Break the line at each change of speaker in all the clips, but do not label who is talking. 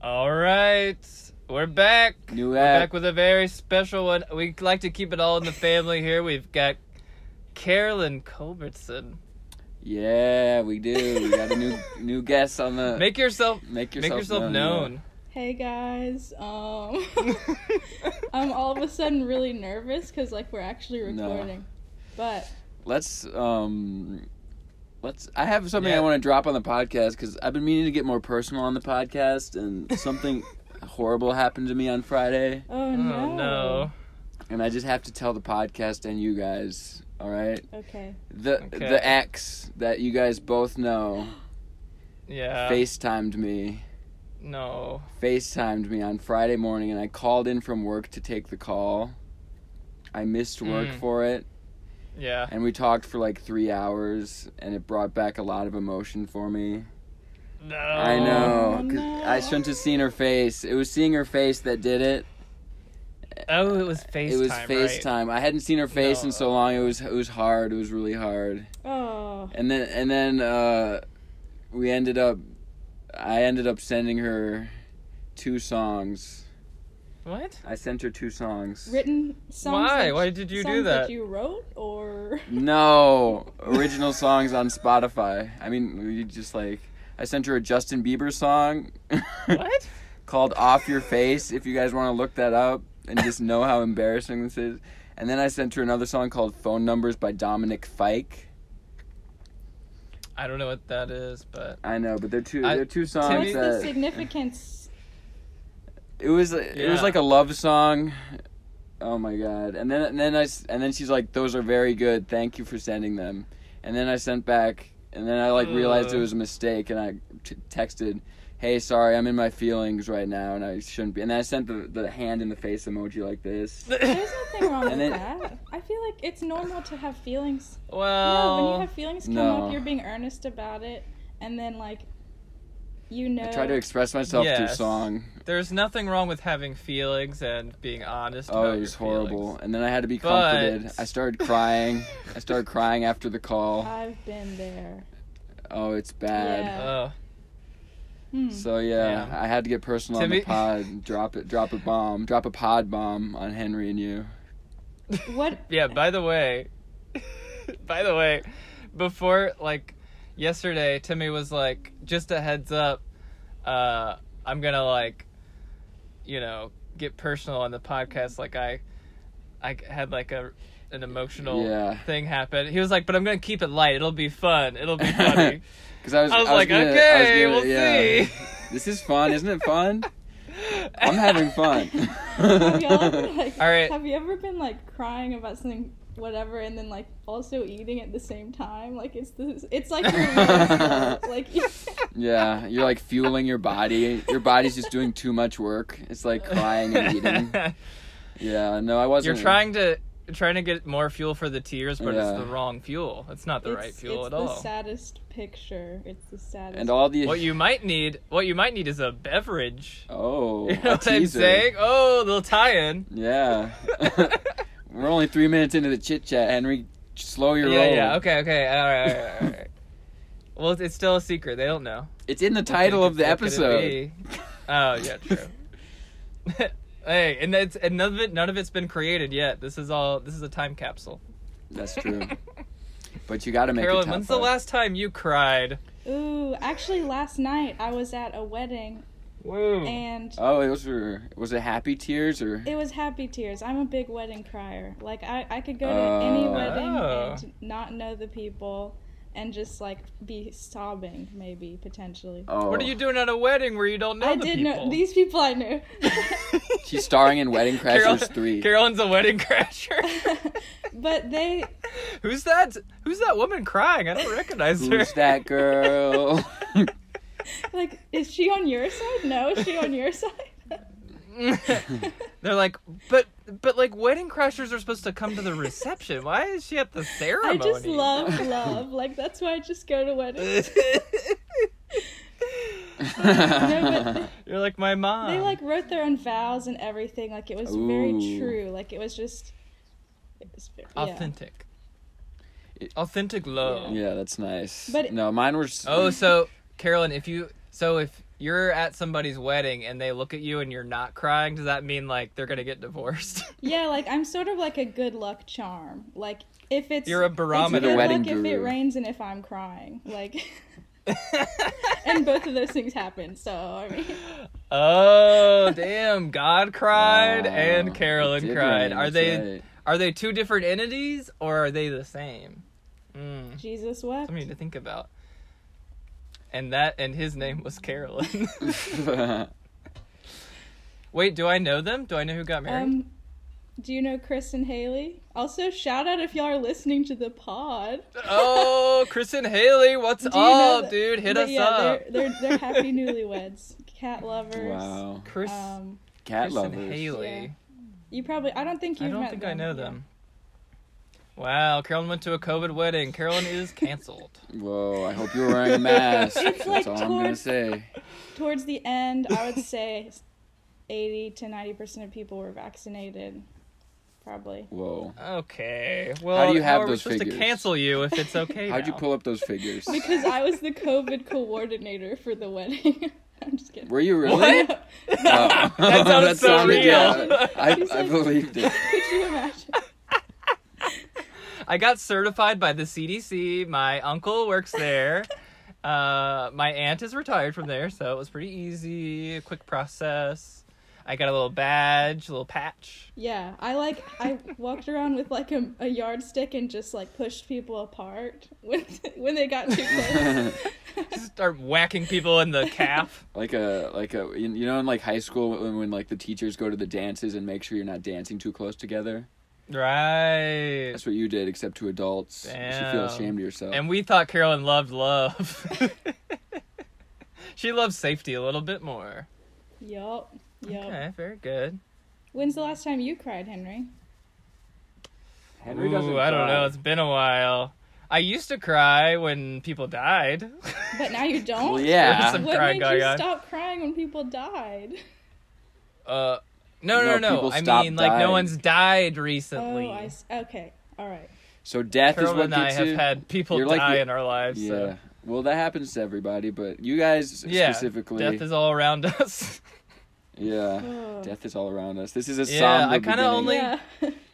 All right, we're back.
New
We're
app.
back with a very special one. We like to keep it all in the family here. We've got Carolyn Culbertson.
Yeah, we do. We got a new new guest on the
Make yourself
make
make yourself known.
Hey guys, um, I'm all of a sudden really nervous because like we're actually
No.
recording, but
yeah. Let's um let's I have something
Yeah.
I want to drop on the podcast cuz I've been meaning to get more personal on the podcast and something horrible happened to me on Friday
oh,
Oh
no.
no.
and I just have to tell the podcast and you guys, all right?
Okay.
The
Okay.
the ex that you guys both know
Yeah.
FaceTimed me.
No.
FaceTimed me on Friday morning and I called in from work to take the call. I missed work
Mm.
for it.
Yeah.
And we talked for like three hours, and it brought back a lot of emotion for me.
No.
I know.
Oh,
'cause
no.
I shouldn't have seen her face. It was seeing her face that did it.
Oh, it was FaceTime.
it was
Right?
FaceTime. I hadn't seen her face in so
No.
long. It was it was hard. It was really hard.
Oh.
And then and then uh, we ended up. I ended up sending her two songs.
What?
I sent her two songs.
Written songs.
Why?
that
Why
you-
did you do
songs
that?
you wrote or?
No original songs on Spotify. I mean, we just like I sent her a Justin Bieber song.
What?
called Off Your Face if you guys want to look that up and just know how embarrassing this is. And then I sent her another song called Phone Numbers by Dominic Fike.
I don't know what that is, but
I know, but they're two
I-
they're two
Timmy-
songs
What's the
that
significance?
it was it was
Yeah.
like a love song. Oh my god. And then and then I s- and then she's like those are very good. Thank you for sending them. And then I sent back and then I like realized it
Ugh.
was a mistake and I t- texted Hey, sorry, I'm in my feelings right now, and I shouldn't be. And then I sent the, the hand in the face emoji like this.
There's nothing wrong with
And then-
that. I feel like it's normal to have feelings.
well,
No, when you have feelings come
No.
up, you're being earnest about it, and then like, you know.
I try to express myself through
Yes.
song.
there's nothing wrong with having feelings and being honest.
Oh,
about
it
your
was horrible.
feelings.
And then I had to be
But-
comforted. I started crying. I started crying after the call.
I've been there.
Oh, it's bad.
Yeah.
Oh,
Hmm.
So yeah,
Damn.
I had to get personal
Timmy-
on the pod. Drop it. Drop a bomb. Drop a pod bomb on Henry and you.
What?
yeah. By the way, by the way, before like yesterday, Timmy was like, "Just a heads up, uh, I'm gonna like, you know, get personal on the podcast." Like I, I had like a an emotional
Yeah.
thing happen. He was like, "But I'm gonna keep it light. It'll be fun. It'll be funny."
Because I was,
I was like,
gonna- I was
"Okay,
gonna-
we'll
yeah.
see."
This is fun, isn't it fun? I'm having fun.
have y'all ever like
All right.
have you ever been like crying about something whatever and then like also eating at the same time like it's this it's like your meal, like you-
yeah, you're like fueling your body. Your body's just doing too much work. It's like crying and eating. Yeah, no, I
You're
wasn't.
trying to trying to get more fuel for the tears, but
Yeah.
it's the wrong fuel. It's not the
it's,
right fuel
it's
at
the
all.
saddest picture it's the saddest
And all the
What you might need, what you might need, is a beverage.
Oh,
You
a
know what I'm
teaser.
saying? Oh, little tie-in.
Yeah. We're only three minutes into the chit chat, Henry. Slow your
yeah,
roll.
yeah. Okay, okay. All right, all right, all right. well, it's- it's still a secret. They don't know.
It's in the title of the
What could it
episode.
be? Oh yeah, true. hey, and that's and none of it. None of it's been created yet. This is all. This is a time capsule.
That's true. But you got to make it
Carolyn,
top
when's the
five.
last time you cried?
ooh actually last night i was at a wedding
Woo.
and
Oh, it was for, was it happy tears or?
it was happy tears i'm a big wedding crier like i i could go to any
Oh.
wedding
Oh.
and not know the people and just like be sobbing maybe potentially
Oh,
What are you doing at a wedding where you don't know
I
the
did
people?
know these people I knew.
She's starring in Wedding Crashers
Carol-
three.
Carolyn's a wedding crasher.
but they
Who's that? Who's that woman crying? I don't recognize her.
Who's that girl?
like is she on your side? No, is she on your side?
They're like, but but like wedding crashers are supposed to come to the reception. Why is she at the
I
ceremony?
just love love. Like that's why I just go to weddings. No, but
You're like my mom.
they like wrote their own vows and everything. Like it was very
Ooh.
true. Like it was just it was, ve- yeah.
authentic, authentic love.
Yeah.
yeah, that's nice.
But-
no, mine were. s-
Oh, so Carolyn, if you so if you're at somebody's wedding and they look at you and you're not crying, does that mean like they're gonna get divorced?
Yeah, like I'm sort of like a good luck charm. Like if it's
You're a
it's
barometer.
You're the
good
wedding
luck if it
guru.
rains and if I'm crying. Like and both of those things happen. So I mean,
oh damn! God cried
Wow.
and
It
Carolyn
did
cried.
rain,
Are
that's
they
right.
are they two different entities or are they the same? Mm,
Jesus wept.
something to think about. And that and his name was Carolyn. Wait, do I know them? Do I know who got married?
Um, do you know Chris and Haley? Also, shout out if y'all are listening to the pod.
oh, Chris and Haley, what's
Do you know
up,
that-
dude? Hit
but
us
yeah,
up.
They're, they're they're happy newlyweds, cat lovers.
wow.
Chris,
Um,
Cat
Chris and
lovers.
Haley.
you probably I don't think
I
you've
don't
met
think
them.
I know
yeah.
them. Wow, Carolyn went to a COVID wedding. Carolyn is canceled.
Whoa, I hope you were wearing a mask.
It's
That's
like
all I'm going to
towards-
say.
Towards the end, I would say 80 to 90% of people were vaccinated. Probably.
Whoa.
okay. Well,
do you have
are we
those
supposed
figures?
to cancel you if it's okay?
How'd you
now?
pull up those figures?
Because I was the COVID coordinator for the wedding. I'm just kidding.
Were you really?
What?
Oh. that
sounds so
sounded-
real.
yeah, I,
He's
I
like-
believed it.
Could you imagine?
I got certified by the CDC. My uncle works there. uh, my aunt is retired from there, so it was pretty easy, a quick process. I got a little badge, a little patch.
Yeah, I like I walked around with like a, a yardstick and just like pushed people apart when when they got too close.
Just start whacking people in the calf.
Like a like a you you know in like high school when, when like the teachers go to the dances and make sure you're not dancing too close together.
Right.
That's what you did, except to adults. You should feel
Damn.
ashamed of yourself.
And we thought Carolyn loved love. she loves safety a little bit more.
yup, yup.
Okay, very good.
When's the last time you cried, Henry?
Henry
Ooh,
doesn't.
I don't
cry.
know. It's been a while. I used to cry when people died.
But now you don't.
Well, yeah.
Some
What
crying
made
going
you
on.
stop crying when people died?
Uh, no, no,
No,
no.
people
I
stop
mean, like, no
dying.
one's died recently.
Oh, I s- okay. All right.
So death
Carol
is what
and I
gets
have
you.
had people
You're
die
like the-
in our lives.
yeah.
So.
Well, that happens to everybody, but you guys
Yeah,
specifically.
death is all around us.
yeah.
Ugh.
Death is all around us. This is a
Yeah,
somber
I kinda
beginning.
only-
Yeah.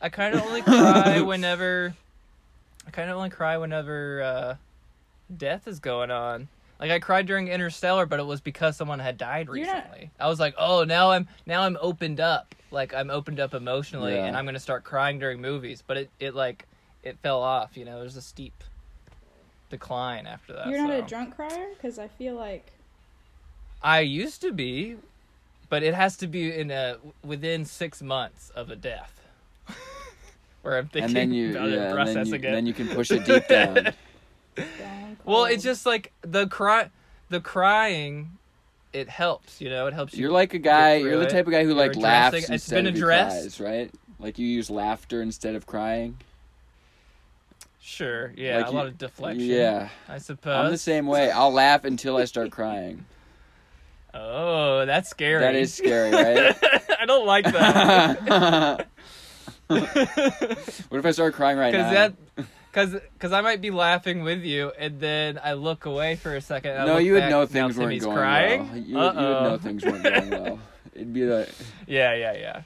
I kind of only cry whenever. I kind of only cry whenever uh, death is going on. Like I cried during Interstellar, but it was because someone had died
You're not-
recently. I was like, oh, now I'm now I'm opened up. Like I'm opened up emotionally,
Yeah.
and I'm gonna start crying during movies. But it it like it fell off. You know, there's a steep decline after that.
You're not a
so.
drunk crier because I feel like
I used to be, but it has to be in a within six months of a death. Where I'm thinking
and then you,
about it
yeah,
and
and then
processing
you,
it.
then you can push it deep down.
down
Well,
cold.
it's just like the cry, the crying, it helps. You know, it helps you.
You're like a guy.
through
You're the
it.
type of guy who
You're
like laughs
addressing- it's
instead
been
of he
addressed.
cries, right? Like you use laughter instead of crying.
sure, yeah,
like
a
you-
lot of deflection.
Yeah,
I
I'm the
suppose.
same way. I'll laugh until I start crying.
Oh, that's scary.
That is scary, right?
I don't like that.
what if I start crying right now?
Because that, because because I might be laughing with you, and then I look away for a second. and I
no,
look
you would
back,
know
now
things weren't
Timmy's
going
crying.
well. You, you would know
Uh-oh.
things weren't going well. It'd be like,
Yeah, yeah, yeah.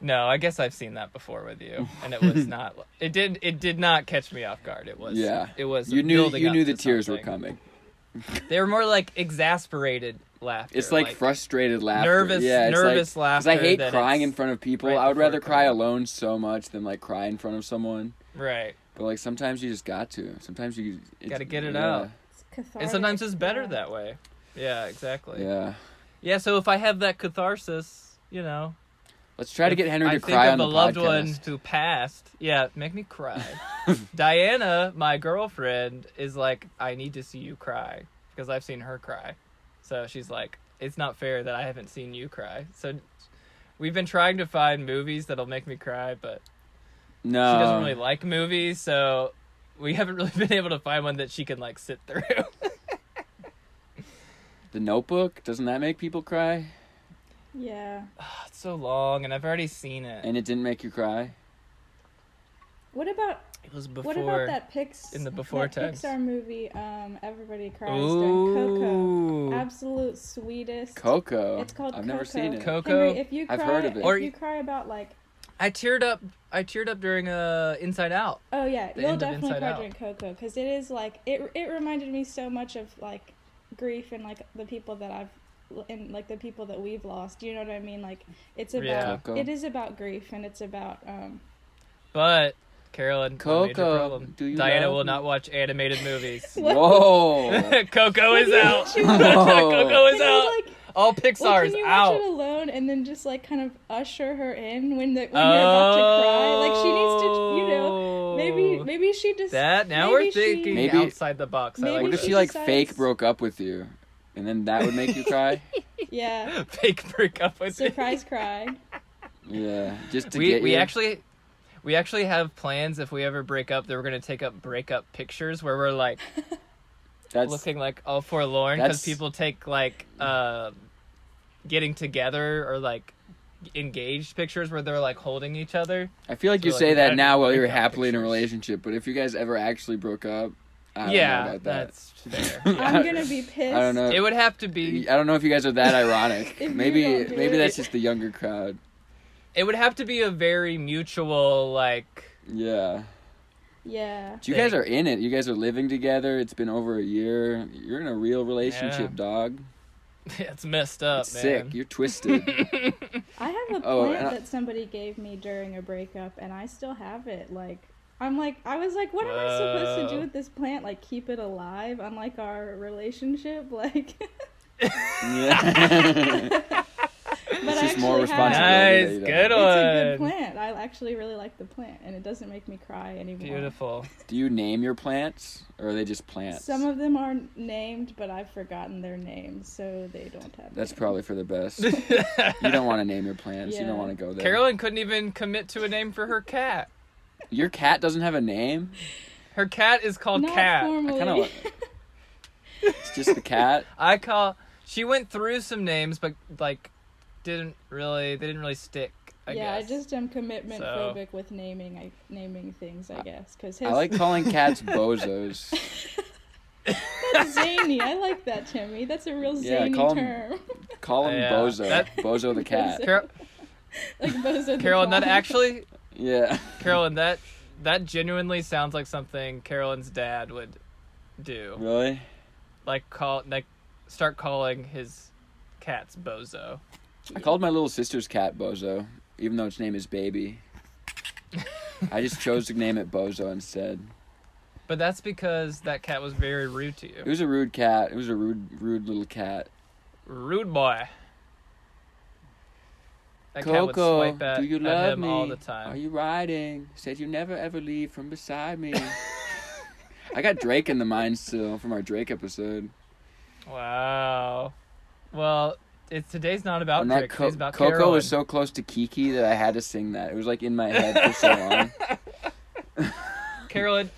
No, I guess I've seen that before with you, and it was not. It did. It did not catch me off guard. It was.
yeah,
It was.
You knew,
building
you
up
knew
to
the tears were
something.
coming.
They were more like exasperated laughter.
It's like, frustrated laughter.
nervous-
yeah, it's like-
nervous
I
laughter
hate
that
crying
it's
in front of people.
right
I would
before
rather
it
cry
comes.
alone so much than like cry in front of someone.
right,
But like sometimes you just got to. Sometimes you it's-
Gotta get it
yeah,
out.
It's cathartic.
and sometimes it's better
yeah.
that way. Yeah, exactly. Yeah.
Yeah.
So if I have that catharsis, you know,
Let's try to
if
get Henry
I
to
think
cry
of
on
a
the
loved one
podcast.
who passed. Yeah, make me cry. Diana, my girlfriend, is like, I need to see you cry because I've seen her cry. So she's like, it's not fair that I haven't seen you cry. So we've been trying to find movies that'll make me cry, but
No.
she
Oh.
doesn't really like movies, so we haven't really been able to find one that she can like sit through.
The Notebook doesn't that make people cry?
Yeah.
it's so long, and I've already seen it.
And it didn't make you cry.
What about
It was before.
What about that Pix
in the before
that
times.
Pixar movie? Um, Everybody Cries during
Ooh.
Coco. Absolute sweetest.
Coco.
It's called
I've never
Coco.
seen it.
Co- Coco?
Henry, if you cry,
I've heard of it.
If
Or-
you cry about like,
I teared up. I teared up during uh Inside Out.
oh yeah,
The
you'll
end of
definitely
Inside
cry
Out.
during Coco because it is like it. It reminded me so much of like grief and like the people that I've and like the people that we've lost. You know what I mean? Like it's about
Yeah.
Coco.
it is about grief and it's about um.
But Carolyn, one major
Coco,
problem.
do you
Diana
love
will
me?
not watch animated movies.
What?
Whoa.
Coco is
do you
out.
mean?
Coco is
Can you,
out.
like,
All
Well,
Pixar
can
is
you watch
out.
it alone and then just like kind of usher her in when the when you're about to cry? Like she needs to, you know, maybe
Oh.
maybe she just
that now
maybe
we're
she-
thinking
Maybe-
outside the box. I
maybe
like
What if
that.
she like
decides-
fake broke up with you, and then that would make you cry?
yeah
fake breakup with me.
surprise cry.
yeah, just to
we
get
we
you.
actually we actually have plans if we ever break up that we're gonna take up breakup pictures where we're like
That's
looking like all forlorn because
that's-
people take like uh, getting together or like engaged pictures where they're like holding each other.
I feel like
So,
you
like,
say that
that
now while you're
breakup
happily in a
pictures.
relationship, but if you guys ever actually broke up, I don't
yeah,
know about that.
that's fair.
I'm gonna be pissed.
I don't know.
it would have to be
I don't know if you guys are that ironic.
If you
maybe
don't do
maybe
it.
that's just the younger crowd.
it would have to be a very mutual like
Yeah.
Yeah.
You guys are in it. You guys are living together. It's been over a year. You're in a real relationship,
Yeah.
dog.
it's messed up,
it's
man.
sick. You're twisted.
I have a
Oh,
plant
and I-
that somebody gave me during a breakup and I still have it. Like I'm like I was like, what am I supposed to
Whoa.
do with this plant? Like keep it alive, unlike our relationship. Like,
yeah.
but
It's
I
just more
actually have it.
Nice,
responsibility. that you
good
don't-
one.
It's a good plant. I actually really like the plant, and it doesn't make me cry anymore.
Beautiful.
Do you name your plants, or are they just plants?
Some of them are named, but I've forgotten their names, so they don't have.
that's
names.
probably for the best. you don't want to name your plants. You
Yeah.
don't want to go there.
Carolyn couldn't even commit to a name for her cat.
your cat doesn't have a name.
Her cat is called
Not
Cat.
formally.
I kinda It's just the cat.
I call. She went through some names, but like, didn't really. They didn't really stick. I
yeah,
guess.
I just am commitment
So-
phobic with naming. I naming things, I guess, because his
I like calling cats bozos.
that's zany. I like that, Timmy. That's a real
Yeah,
zany
call 'em-
term.
Call him
Yeah.
Bozo.
That-
Bozo the cat.
Bozo.
Carol,
like Bozo the
Carolyn, that
Clown.
actually,
Yeah.
Carolyn, that that genuinely sounds like something Carolyn's dad would do.
Really?
Like call, like start calling his cats Bozo.
I called my little sister's cat Bozo, even though its name is Baby. I just chose to name it Bozo instead.
But that's because that cat was very rude to
It
you.
was a rude cat. It was a rude, rude little cat.
Rude boy. That cat would
Coco,
swipe at,
do you
at
love
him
me?
all the time.
Are you riding? Said you never ever leave from beside me. I got Drake in the mind still from our Drake episode.
Wow. Well, it's today's not about
and
Oh, Drake.
that Co-
today's about
Coco
Carolyn.
was so close to Kiki that I had to sing that. It was like in my head for so long.
Carolyn,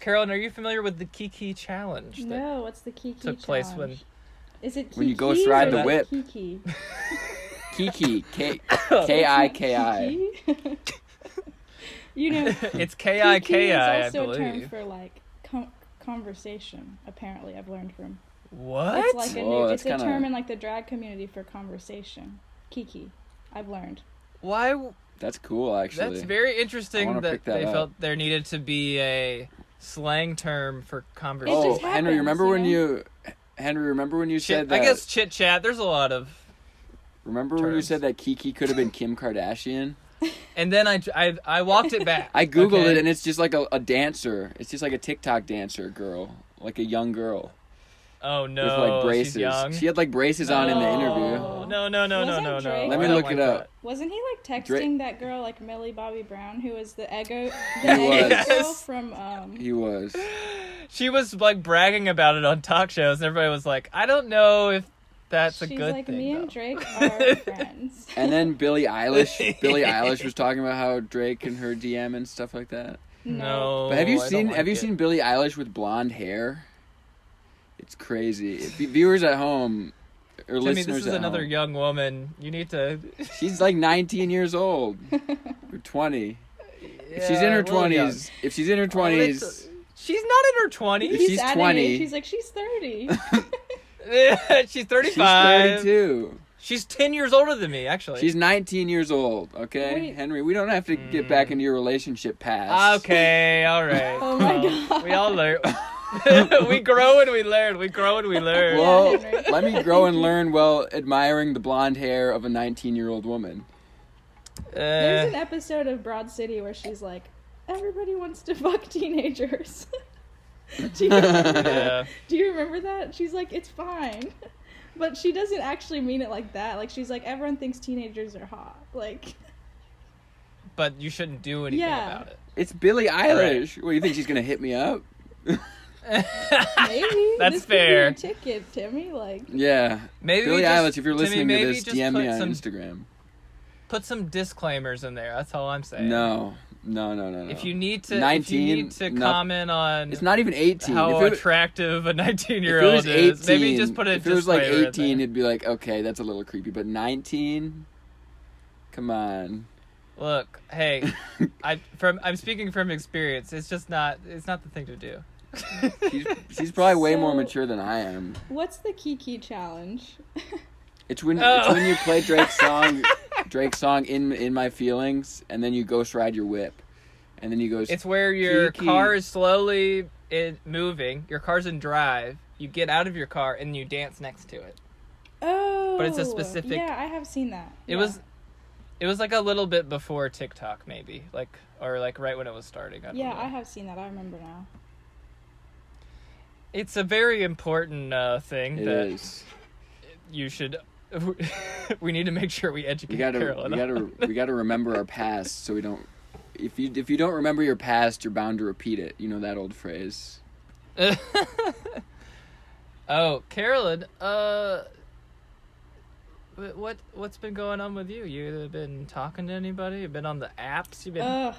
Carolyn, are you familiar with the Kiki challenge? that-
No, what's the Kiki
took place
challenge? Is it Kiki?
When you ghost ride
the
or is
whip.
it Kiki.
Kiki, K
Oh,
K I K I.
Kiki? you know,
it's K I K I, I
is also a term
believe.
for like com- conversation. Apparently, I've learned from.
What?
It's like a
Whoa,
new. It's
that's
a
kinda-
term in like the drag community for conversation. Kiki, I've learned.
Why? w-
That's cool, actually.
That's very
I
interesting
wanna
that
pick that
they
up.
felt there needed to be a slang term for conversation.
It
oh,
just
Henry,
happens,
remember
you
when
know?
you, Henry, remember when you
Chit-
said that?
I guess chit chat. There's a lot of.
Remember when you
terms.
said that Kiki could have been Kim Kardashian?
And then I, I, I walked it back.
I googled
okay?
it, and it's just like a, a dancer. It's just like a TikTok dancer girl, like a young girl
oh no,
with like braces.
she's young.
She had like braces on in the interview.
No, no, no, no, no,
Wasn't
no.
Oh. Drake-
Let me
I don't
look it
like
up.
Wasn't he like texting
Drake-
that girl like Millie Bobby Brown, who was the ego, the
He
ego
was.
girl from? Um,
He was.
that. She was like bragging about it on talk shows, and everybody was like, "I don't know if that's a
she's
good
like
thing."
me
though."
and Drake are friends.
And then Billie Eilish, Billie Eilish was talking about how Drake and her DM and stuff like that.
No.
But have you
Oh, I don't
seen
like
have you
it.
seen Billie Eilish with blonde hair? It's crazy. If you- viewers at home or
Timmy,
listeners
this is
at
another
home,
young woman. You need to.
she's like 19 years old or 20. she's in
Yeah,
her
really young.
twenties, if she's in her
Well,
twenties,
it's- She's not in her twenties.
she's
at an
20.
age- She's like she's thirty.
she's 35.
she's
She's,
thirty-two.
10 years older than me, actually.
She's nineteen years old. Okay,
Wait.
Henry, we don't have to get
Mm.
back into your relationship past.
Okay, all right.
Oh my
Well,
God.
We all learn. we grow and we learn. We grow and we learn.
Well-
Well,
Henry.
let me grow and learn while admiring the blonde hair of a nineteen-year-old woman.
There's an
Uh,
episode of Broad City where she's like, everybody wants to fuck teenagers. do, you remember,
yeah.
do you remember that? She's like, it's fine. But she doesn't actually mean it like that. Like she's like, everyone thinks teenagers are hot. Like
But you shouldn't do anything
Yeah.
about it.
It's Billie
right.
Eilish. What do you think she's gonna hit me up?
maybe
That's
this
fair.
Could be your ticket, Timmy. Like
Yeah,
Maybe we
Billie
just-
Eilish. If you're
Timmy,
listening to
maybe
this,
just
DM
put
me on
some,
Instagram.
Put some disclaimers in there. That's all I'm saying.
No, no, no, no, no.
If you need to, if
19,
you need to
no-
comment on
it's not even eighteen.
how
if it,
attractive a 19
if
year
it was
old is,
18,
maybe just put a
if it was like
disclaimer in there.
eighteen, it'd be like okay, that's a little creepy. But nineteen, come on.
Look, hey, I from I'm speaking from experience. It's just not it's not the thing to do.
She's, she's probably way more
So-
mature than I am.
what's the Kiki challenge?
It's when it's
Oh.
when you play Drake's song, Drake's song in in my feelings, and then you ghost ride your whip, and then you go.
It's where your
Kiki.
car is slowly in, moving. Your car's in drive. You get out of your car and you dance next to it.
oh,
it's a specific-
Yeah, I have seen that.
It
Yeah.
was it was like a little bit before TikTok maybe. Like or like right when it was starting. I don't
Yeah,
know.
I have seen that. I remember now.
It's a very important uh, thing
It
that
is.
you should we need to make sure we educate
We gotta
Carolyn.
we gotta
on.
we gotta remember our past, so we don't. If you if you don't remember your past, you're bound to repeat it. You know that old phrase.
oh, Carolyn, uh, wh- what what's been going on with you? You been talking to anybody? You been on the apps? You been
Ugh.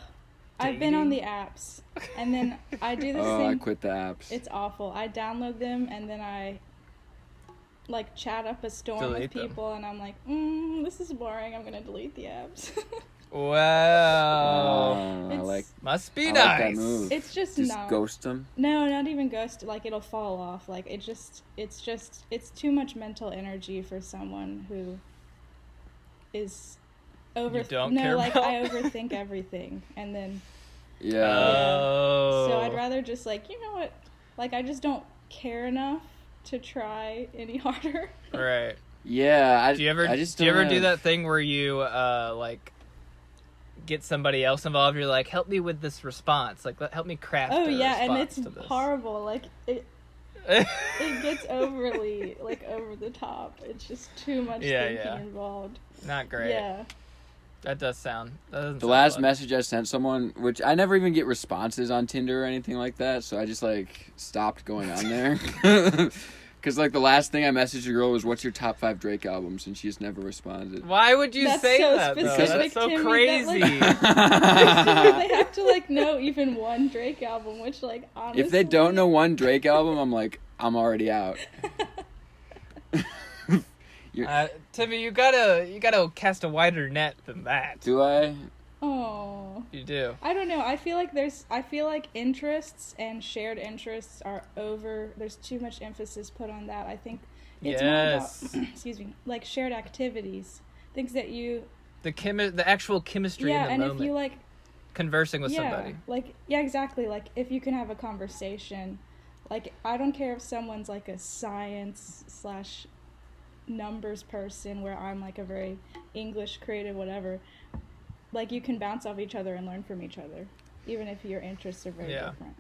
I've been on the
dating?
apps, and then I do this
Oh, I
thing.
quit the apps.
It's awful. I download them and then I like chat up a storm
Delete
of
them.
people, and I'm like, mm, this is boring. I'm gonna delete the apps.
wow,
Oh, I
It's-
like
must
I
be
like
nice.
that move.
it's just,
just
not.
ghost them.
No, not even ghost. Like it'll fall off. Like it just, it's just, it's too much mental energy for someone who is over.
don't
no,
care
like
about-
I overthink everything, and then
Yeah.
Oh,
So I'd rather just like, you know what? Like I just don't care enough to try any harder.
right.
yeah. I,
Do you ever
I just
do you
don't
ever do
have-
that thing where you uh like get somebody else involved? You're like, help me with this response. Like, let- help me craft.
oh
a
yeah, and
response
it's
to this.
horrible. Like it it gets overly like over the top. It's just too much
Yeah,
thinking
yeah.
involved.
Not great.
Yeah.
That does sound. That doesn't
The
sound
last
fun.
message I sent someone, which I never even get responses on Tinder or anything like that, so I just like stopped going on there. Cause like the last thing I messaged a girl was, "What's your top five Drake albums?" and she just never responded.
Why would you
That's
say
so
that? Though?
specific,
That's so
Timmy, that,
crazy.
like- they have to like know even one Drake album, which like honestly
if they don't know one Drake album, I'm like, I'm already out.
uh, Timmy, you gotta you gotta cast a wider net than that.
Do I?
Oh.
You do.
I don't know. I feel like there's I feel like interests and shared interests are over. There's too much emphasis put on that. I think it's
Yes.
more about excuse me, like shared activities. Things that you
The chemi- the actual chemistry
Yeah,
in the
and
moment.
if you like
Conversing with
yeah,
somebody.
like yeah, exactly. Like if you can have a conversation. Like I don't care if someone's like a science slash numbers person where I'm like a very English creative whatever. Like you can bounce off each other and learn from each other, even if your interests are very
Yeah.
different.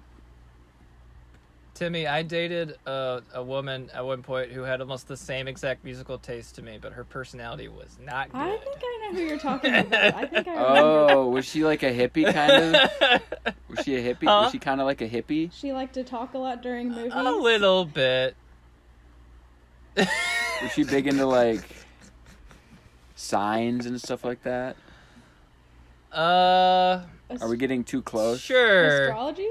Timmy, I dated a, a woman at one point who had almost the same exact musical taste to me, but her personality was not good.
I think I know who you're talking about. I think I remember.
Oh, was she like a hippie kind of? Was she a hippie?
Huh?
Was she kind of like a hippie?
She liked to talk a lot during movies.
a little bit.
Was she big into like signs and stuff like that?
Uh,
Ast-
Are we getting too close?
sure.
Astrology?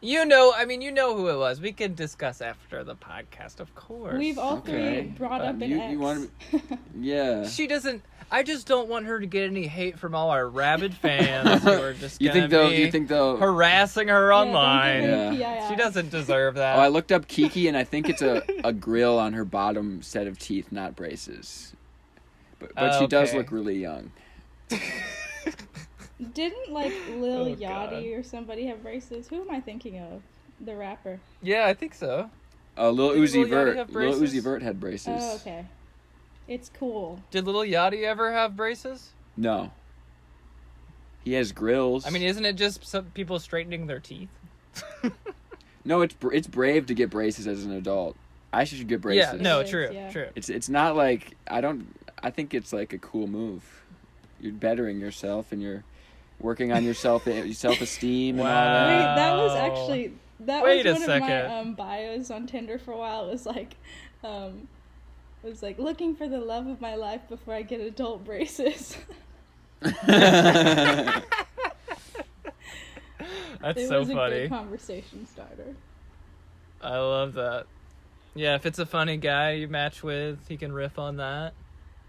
You know, I mean, you know who it was. We can discuss after the podcast, of course.
We've all
Okay.
three brought
But
up an
you-
ex.
you wanna
to
Yeah.
She doesn't. I just don't want her to get any hate from all our rabid fans who are just
you think
gonna
they'll?
be
You think they'll?
harassing her online.
Yeah.
She doesn't deserve that.
Oh, I looked up Kiki, and I think it's a, a grill on her bottom set of teeth, not braces. But, but
Oh,
she does
okay.
look really young.
Didn't like
Oh,
Lil
God.
Yachty or somebody have braces? Who am I thinking of? The rapper.
yeah, I think so.
Uh, Lil
Did Lil
Uzi
Yachty
Vert.
have
Lil
braces?
Uzi Vert had braces.
Oh, okay. It's cool.
Did little Yachty ever have braces?
No. He has grills.
I mean, isn't it just some people straightening their teeth?
no, it's br- it's brave to get braces as an adult. I should get braces.
Yeah, no,
Braces,
true,
yeah.
true.
It's it's not like I don't. I think it's like a cool move. You're bettering yourself, and you're working on yourself, self esteem, and all that.
Wow.
Wait, that was
Oh.
actually that
Wait a
was one of
second.
my um, bios on Tinder for a while. It was like, um, it was like looking for the love of my life before I get adult braces.
That's
it
so
was a
funny.
good conversation starter.
I love that. Yeah, if it's a funny guy you match with, he can riff on that.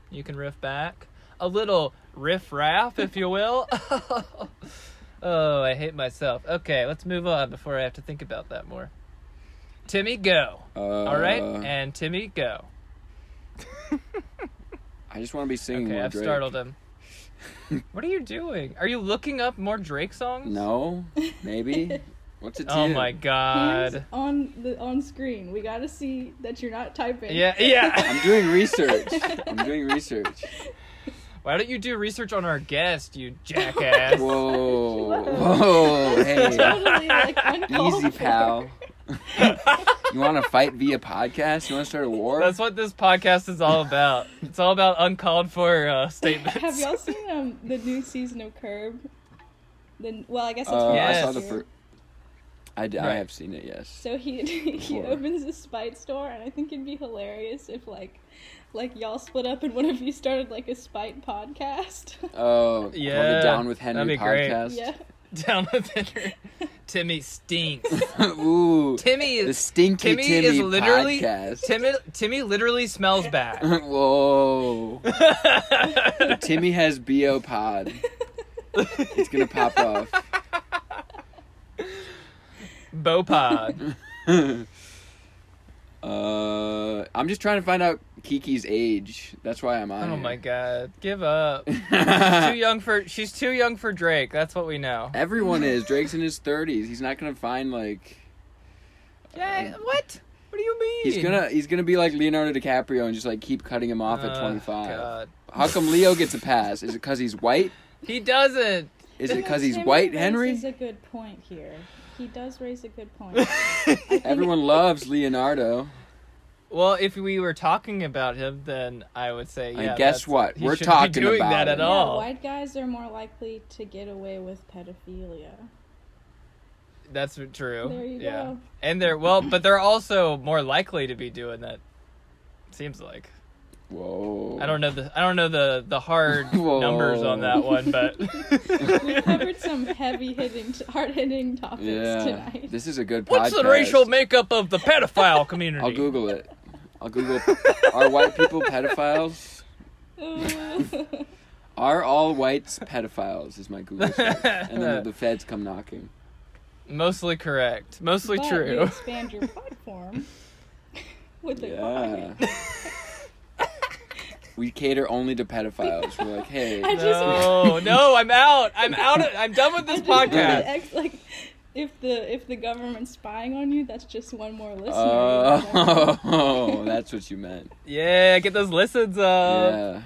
You can riff back. A little riff raff, if you will. oh, I hate myself. Okay, let's move on before I have to think about that more. Timmy, go. All right,
Uh,
and Timmy, go.
I just want to be singing
Okay,
more
I've
Drake.
startled him. what are you doing? Are you looking up more Drake songs?
No, maybe. What's it?
Oh
do?
my
Hands
god.
on the on screen. We gotta see that you're not typing.
Yeah, yeah.
I'm doing research. I'm doing research.
Why don't you do research on our guest, you jackass?
Whoa,
Whoa.
whoa, hey,
totally like uncalled
easy,
for.
pal. You want to fight via podcast? You want to start a war?
That's what this podcast is all about. It's all about uncalled for uh, statements.
Have y'all seen um the new season of Curb? Then well, I guess it's
Uh,
from
Yes.
I saw
last
the
year.
first. I, d- I
Right.
have seen it. Yes.
So he he
Before.
opens a spite store, and I think it'd be hilarious if like like y'all split up and one of you started like a spite podcast.
Oh, called
Yeah,
the Down with Henry
that'd be great.
podcast.
yeah,
Down with Henry. Timmy stinks.
Ooh,
Timmy
the
is
stinky
Timmy
Timmy,
is literally
podcast.
Timmy. Timmy literally smells bad.
Whoa. Timmy has bo pod. It's gonna pop off.
Bopod.
Uh, I'm just trying to find out Kiki's age. That's why I'm on.
Oh
here.
my god. Give up. Too young for. She's too young for Drake. That's what we know.
Everyone is. Drake's in his 30s. He's not gonna find like.
Yeah. What? What do you mean?
He's gonna he's gonna be like Leonardo DiCaprio and just like keep cutting him off at
Uh,
25.
God.
How come Leo gets a pass? Is it because he's white?
He doesn't.
Is it because
Timmy
he's white,
raises
Henry?
a good point here. He does raise a good point.
Everyone loves Leonardo.
Well, if we were talking about him, then I would say.
And
Yeah,
guess
that's-
what?
he
We're
shouldn't
talking
be doing
about
that
it.
at
Yeah,
all.
Yeah, white guys are more likely to get away with pedophilia.
That's true.
There you
Oh, yeah.
go.
And they're well, but they're also more likely to be doing that. Seems like
Whoa.
I don't know the I don't know the the hard
Whoa.
numbers on that one, but
We covered some heavy hitting, hard hitting topics
Yeah.
tonight.
This is a good podcast.
what's the racial makeup of the pedophile community?
I'll Google it. I'll Google. Are white people pedophiles?
Ooh.
Are all whites pedophiles? Is my Google search. And then the feds come knocking.
Mostly correct. Mostly
but You
true.
expand your platform with the
Yeah. we cater only to pedophiles. We're like,
I
hey,
just
No, no, I'm out. I'm out. Of, I'm done with this
Just wanted to
podcast.
ex- like, if the if the government's spying on you, that's just one more listener.
Uh, oh, that's what you meant.
Yeah, get those listens up.
Uh,
Yeah.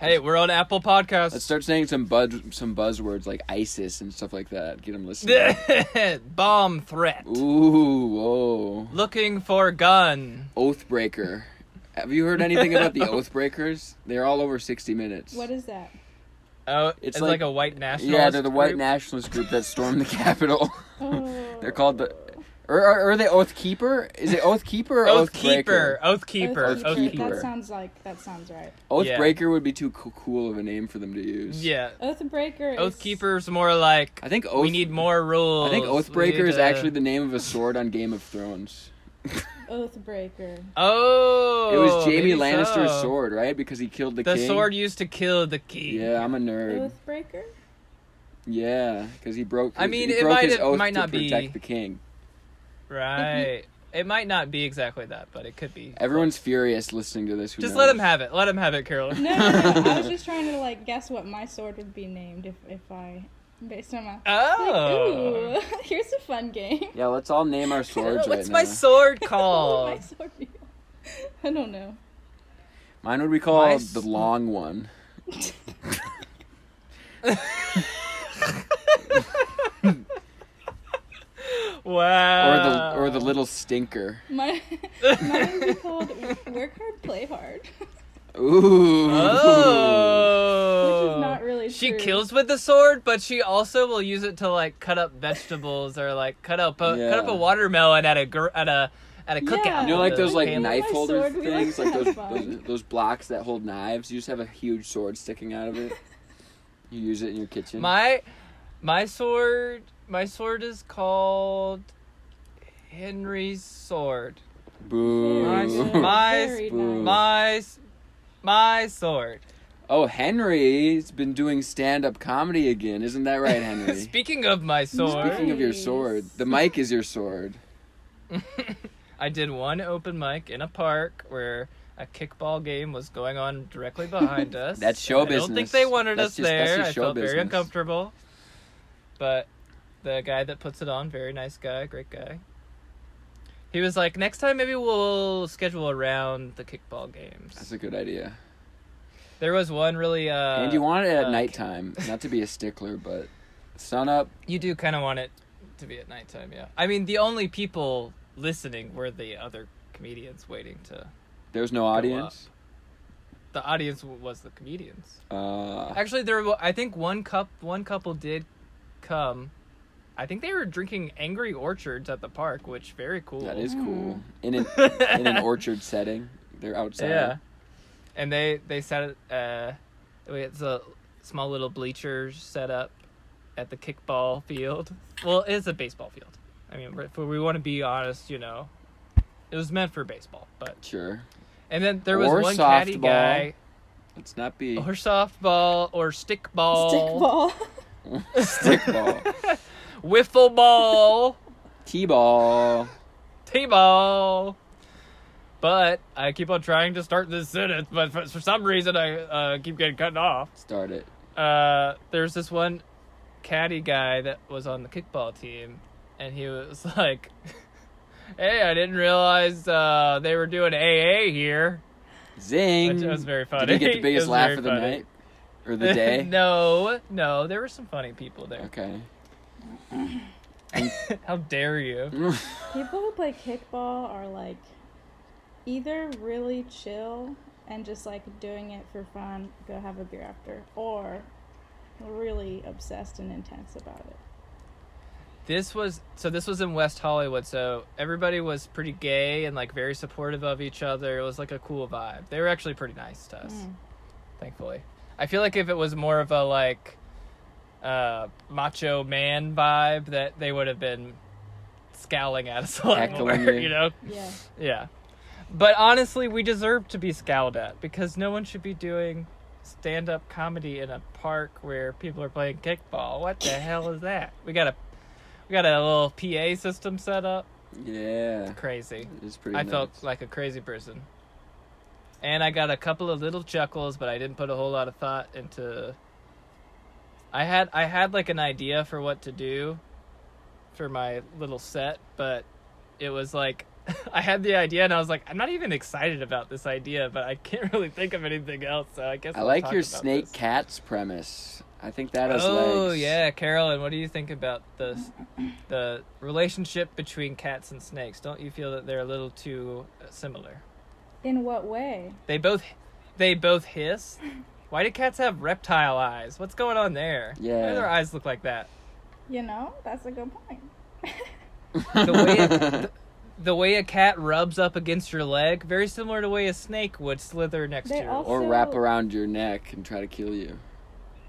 Hey, we're on Apple Podcasts.
Let's start saying some buzz, some buzzwords like ISIS and stuff like that. Get them listening.
Bomb threat.
Ooh, whoa.
Looking for gun.
Oathbreaker. Have you heard anything about the Oathbreakers? They're all over 60 Minutes.
What is that?
Oh, it's,
It's
like,
like-
a white nationalist.
yeah, they're the white
group.
nationalist group that stormed the Capitol.
Oh,
They're called the. Or are, are they Oath Keeper? Is it Oath Keeper or Oath,
Oath Keeper. Oath Keeper. Oath Keeper.
Oathkeeper.
That sounds like that sounds right.
Yeah.
Oathbreaker would be too coo- cool of a name for them to use.
Yeah.
Oathbreaker.
Oath
is,
Keeper's more like
I think Oath.
we need more rules.
I think
We
Oathbreaker
need
is
to-
actually the name of a sword on Game of Thrones.
Oathbreaker.
Oh,
It was Jamie
maybe
Lannister's
so.
sword, right? Because he killed the,
The
king.
sword used to kill the king.
Yeah, I'm a nerd.
Oathbreaker?
Yeah, because he broke.
I
his-
mean,
he
it
broke
might-
his
it
oath
might
to
not be-
protect the king.
Right. It might not be exactly that, but it could be.
Everyone's furious listening to this. Who
Just
knows?
let him have it. Let him have it, Carolyn.
No, no, no, no. I was just trying to like guess what my sword would be named if if I based on my.
Oh.
Ooh, here's a fun game.
Yeah, let's all name our swords
What's
right now.
my sword
What would
called?
my sword be? I don't know.
Mine would be called
My s-
the long one.
wow.
Or the or the little stinker.
My mine would be called "Work Hard, Play Hard," which
Ooh.
Oh.
is not really
She
true.
kills with the sword, but she also will use it to like cut up vegetables or like cut up a,
Yeah.
cut up a watermelon at a gr- at a at a cookout.
Yeah.
You know, like
with
those
a
like
handle.
Handle my
knife holder
sword, we like
things,
to
like those,
have
those
fun.
those blocks that hold knives. You just have a huge sword sticking out of it. You use it in your kitchen.
My my sword my sword is called Henry's sword.
Boo.
My- my-
Very nice.
Boo.
My s- my sword.
oh, Henry's been doing stand-up comedy again, isn't that right, Henry?
Speaking of my sword,
Speaking of your
Nice.
sword, the mic is your sword.
I did one open mic in a park where a kickball game was going on directly behind us.
That's show
I don't
business.
think they wanted
That's
us
just- that's
there.
just
I
show
felt very
business.
uncomfortable. But the guy that puts it on, very nice guy, great guy. He was like, next time maybe we'll schedule around the kickball games.
That's a good idea.
There was one really. Uh,
and you want it at
uh,
nighttime, not to be a stickler, but sun up.
You do kind of want it to be at nighttime, yeah. I mean, the only people listening were the other comedians waiting to.
There's no audience.
The audience w- was the comedians.
Uh,
Actually, there. wa- I think one cup, one couple did come. I think they were drinking Angry Orchards at the park, which very cool.
that is
Mm.
cool. In an in an orchard setting, they're outside.
Yeah. And they they set it. Uh, it's a small little bleachers set up at the kickball field. Well, it's a baseball field. I mean, if we want to be honest, you know, it was meant for baseball. But
Sure.
and then there was
Or
one caddy
softball.
guy,
Let's not be
or softball, or stickball,
Stick ball.
stickball,
wiffle ball.
t-ball.
T-ball. But I keep on trying to start this sentence, but for, for some reason I uh, keep getting cut off.
Start it.
Uh, there's this one caddy guy that was on the kickball team, and he was like, "Hey, I didn't realize uh, they were doing AA here."
Zing.
Which was very
Did you
funny.
get the
It
biggest
was
laugh
very
of the
funny.
night or the day?
no, no, there were some funny people there.
Okay.
How dare you?
People who play kickball are like either really chill and just like doing it for fun, go have a beer after, or really obsessed and intense about it.
this was so this was in west hollywood so everybody was pretty gay and like very supportive of each other it was like a cool vibe they were actually pretty nice to us
Mm.
thankfully i feel like if it was more of a like uh macho man vibe that they would have been scowling at us a lot
Heckling
more
you.
you know
Yeah.
yeah but honestly we deserve to be scowled at because no one should be doing stand-up comedy in a park where people are playing kickball what the hell is that we got a we got a little pa system set up
yeah.
crazy
It's pretty.
i
nice.
felt like a crazy person and i got a couple of little chuckles but i didn't put a whole lot of thought into i had i had like an idea for what to do for my little set but it was like i had the idea and i was like i'm not even excited about this idea but i can't really think of anything else so i guess
I
I'll
like
talk
your
about
snake
this.
cats premise. I think that has
oh
legs.
yeah carolyn what do you think about this the relationship between cats and snakes don't you feel that they're a little too uh, similar
In what way?
They both they both hiss. Why do cats have reptile eyes? What's going on there? Why
Yeah.
do their eyes look like that?
You know, that's a good point.
The way it, the, the way a cat rubs up against your leg, very similar to the way a snake would slither next
They
to
also-
or wrap
So-
around your neck and try to kill you.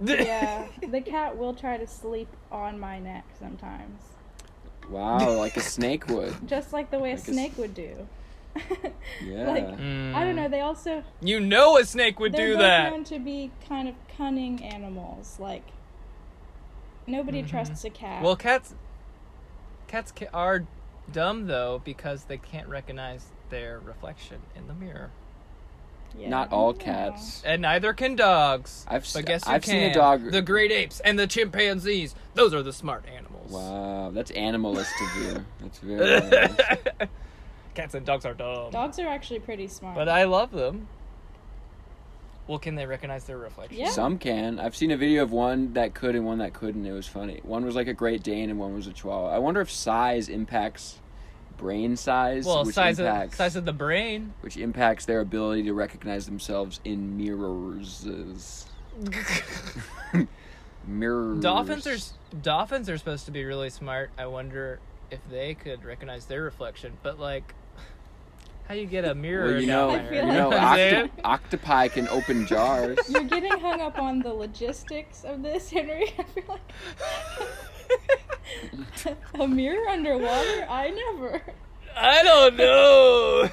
you.
yeah, the cat will try to sleep on my neck sometimes,
Wow, like a snake would.
just like the way a
Like a s-
snake would do.
Yeah. Mm-hmm.
Like- I don't know. They also
Hmm. You know a snake would
they're
do
both
that.
known to be kind of cunning animals. Like nobody
Mm-hmm.
Mhm.
trusts a cat.
Well, cats cats ca- are dumb though because they can't recognize their reflection in the mirror,
Yeah.
Not all
Yeah.
cats.
and neither can dogs.
I've s-
but guess who
I've
can?
seen a dog-
The great apes and the chimpanzees. Those are the smart animals.
Wow, that's animalistic view. That's very. animal.
cats and dogs are dumb.
Dogs are actually pretty smart.
But I love them. Well, can they recognize their reflection?
Yeah.
Some can. I've seen a video of one that could and one that couldn't. It was funny. One was like a Great Dane and one was a Chihuahua. I wonder if size impacts brain size,
Well,
which
size
impacts
of size of the brain.
which impacts their ability to recognize themselves in mirrors. mirrors.
dolphins are s- dolphins are supposed to be really smart. I wonder if they could recognize their reflection. But like, how you get a mirror
Well,
down
you know,
there?
you
I feel
know,
what I'm
octo-
saying?
octopi can open jars.
You're getting hung up on the logistics of this, Henry. I feel like a mirror underwater. I never.
I don't know.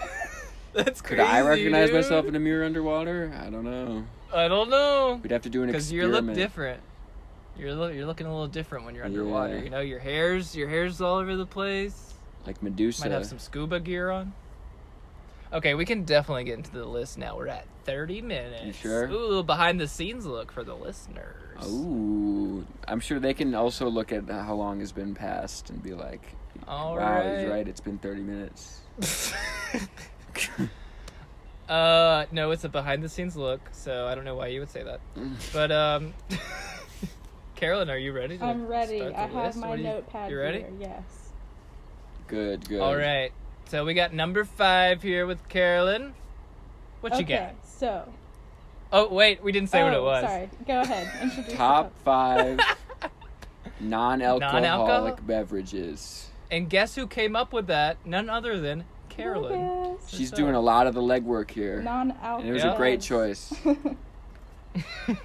That's
Could
crazy.
I recognize
dude.
myself in a mirror underwater? I don't know.
I don't know.
We'd have to do an
Because
experiment.
you look different. You're lo- you're looking a little different when you're underwater.
Yeah.
You know, your hairs your hairs all over the place.
Like
Might
Medusa.
have some scuba gear on. Okay, we can definitely get into the list now. We're at 30 minutes.
You sure?
Ooh, a little behind the scenes look for the listeners.
Ooh, I'm sure they can also look at how long has been passed and be like,
All
"Wow, he's
right.
right. It's been 30 minutes."
uh, no, it's a behind the scenes look, so I don't know why you would say that. But um, Carolyn, are you ready? To
I'm ready.
start the
I have
list?
my
What do you-
notepad
You ready?
here. Yes.
Good, good.
All right. So we got number five here with Carolyn. What you
okay.
got?
So.
Oh wait, we didn't say
oh,
what it was.
Sorry. Go ahead. Introduce
Top
yourself.
five non-alcoholic
Non-alcohol-
beverages.
And guess who came up with that? None other than Carolyn.
Yes.
She's
So-
doing a lot of the legwork here,
Non-alcohol.
and it was
Yeah.
a great choice.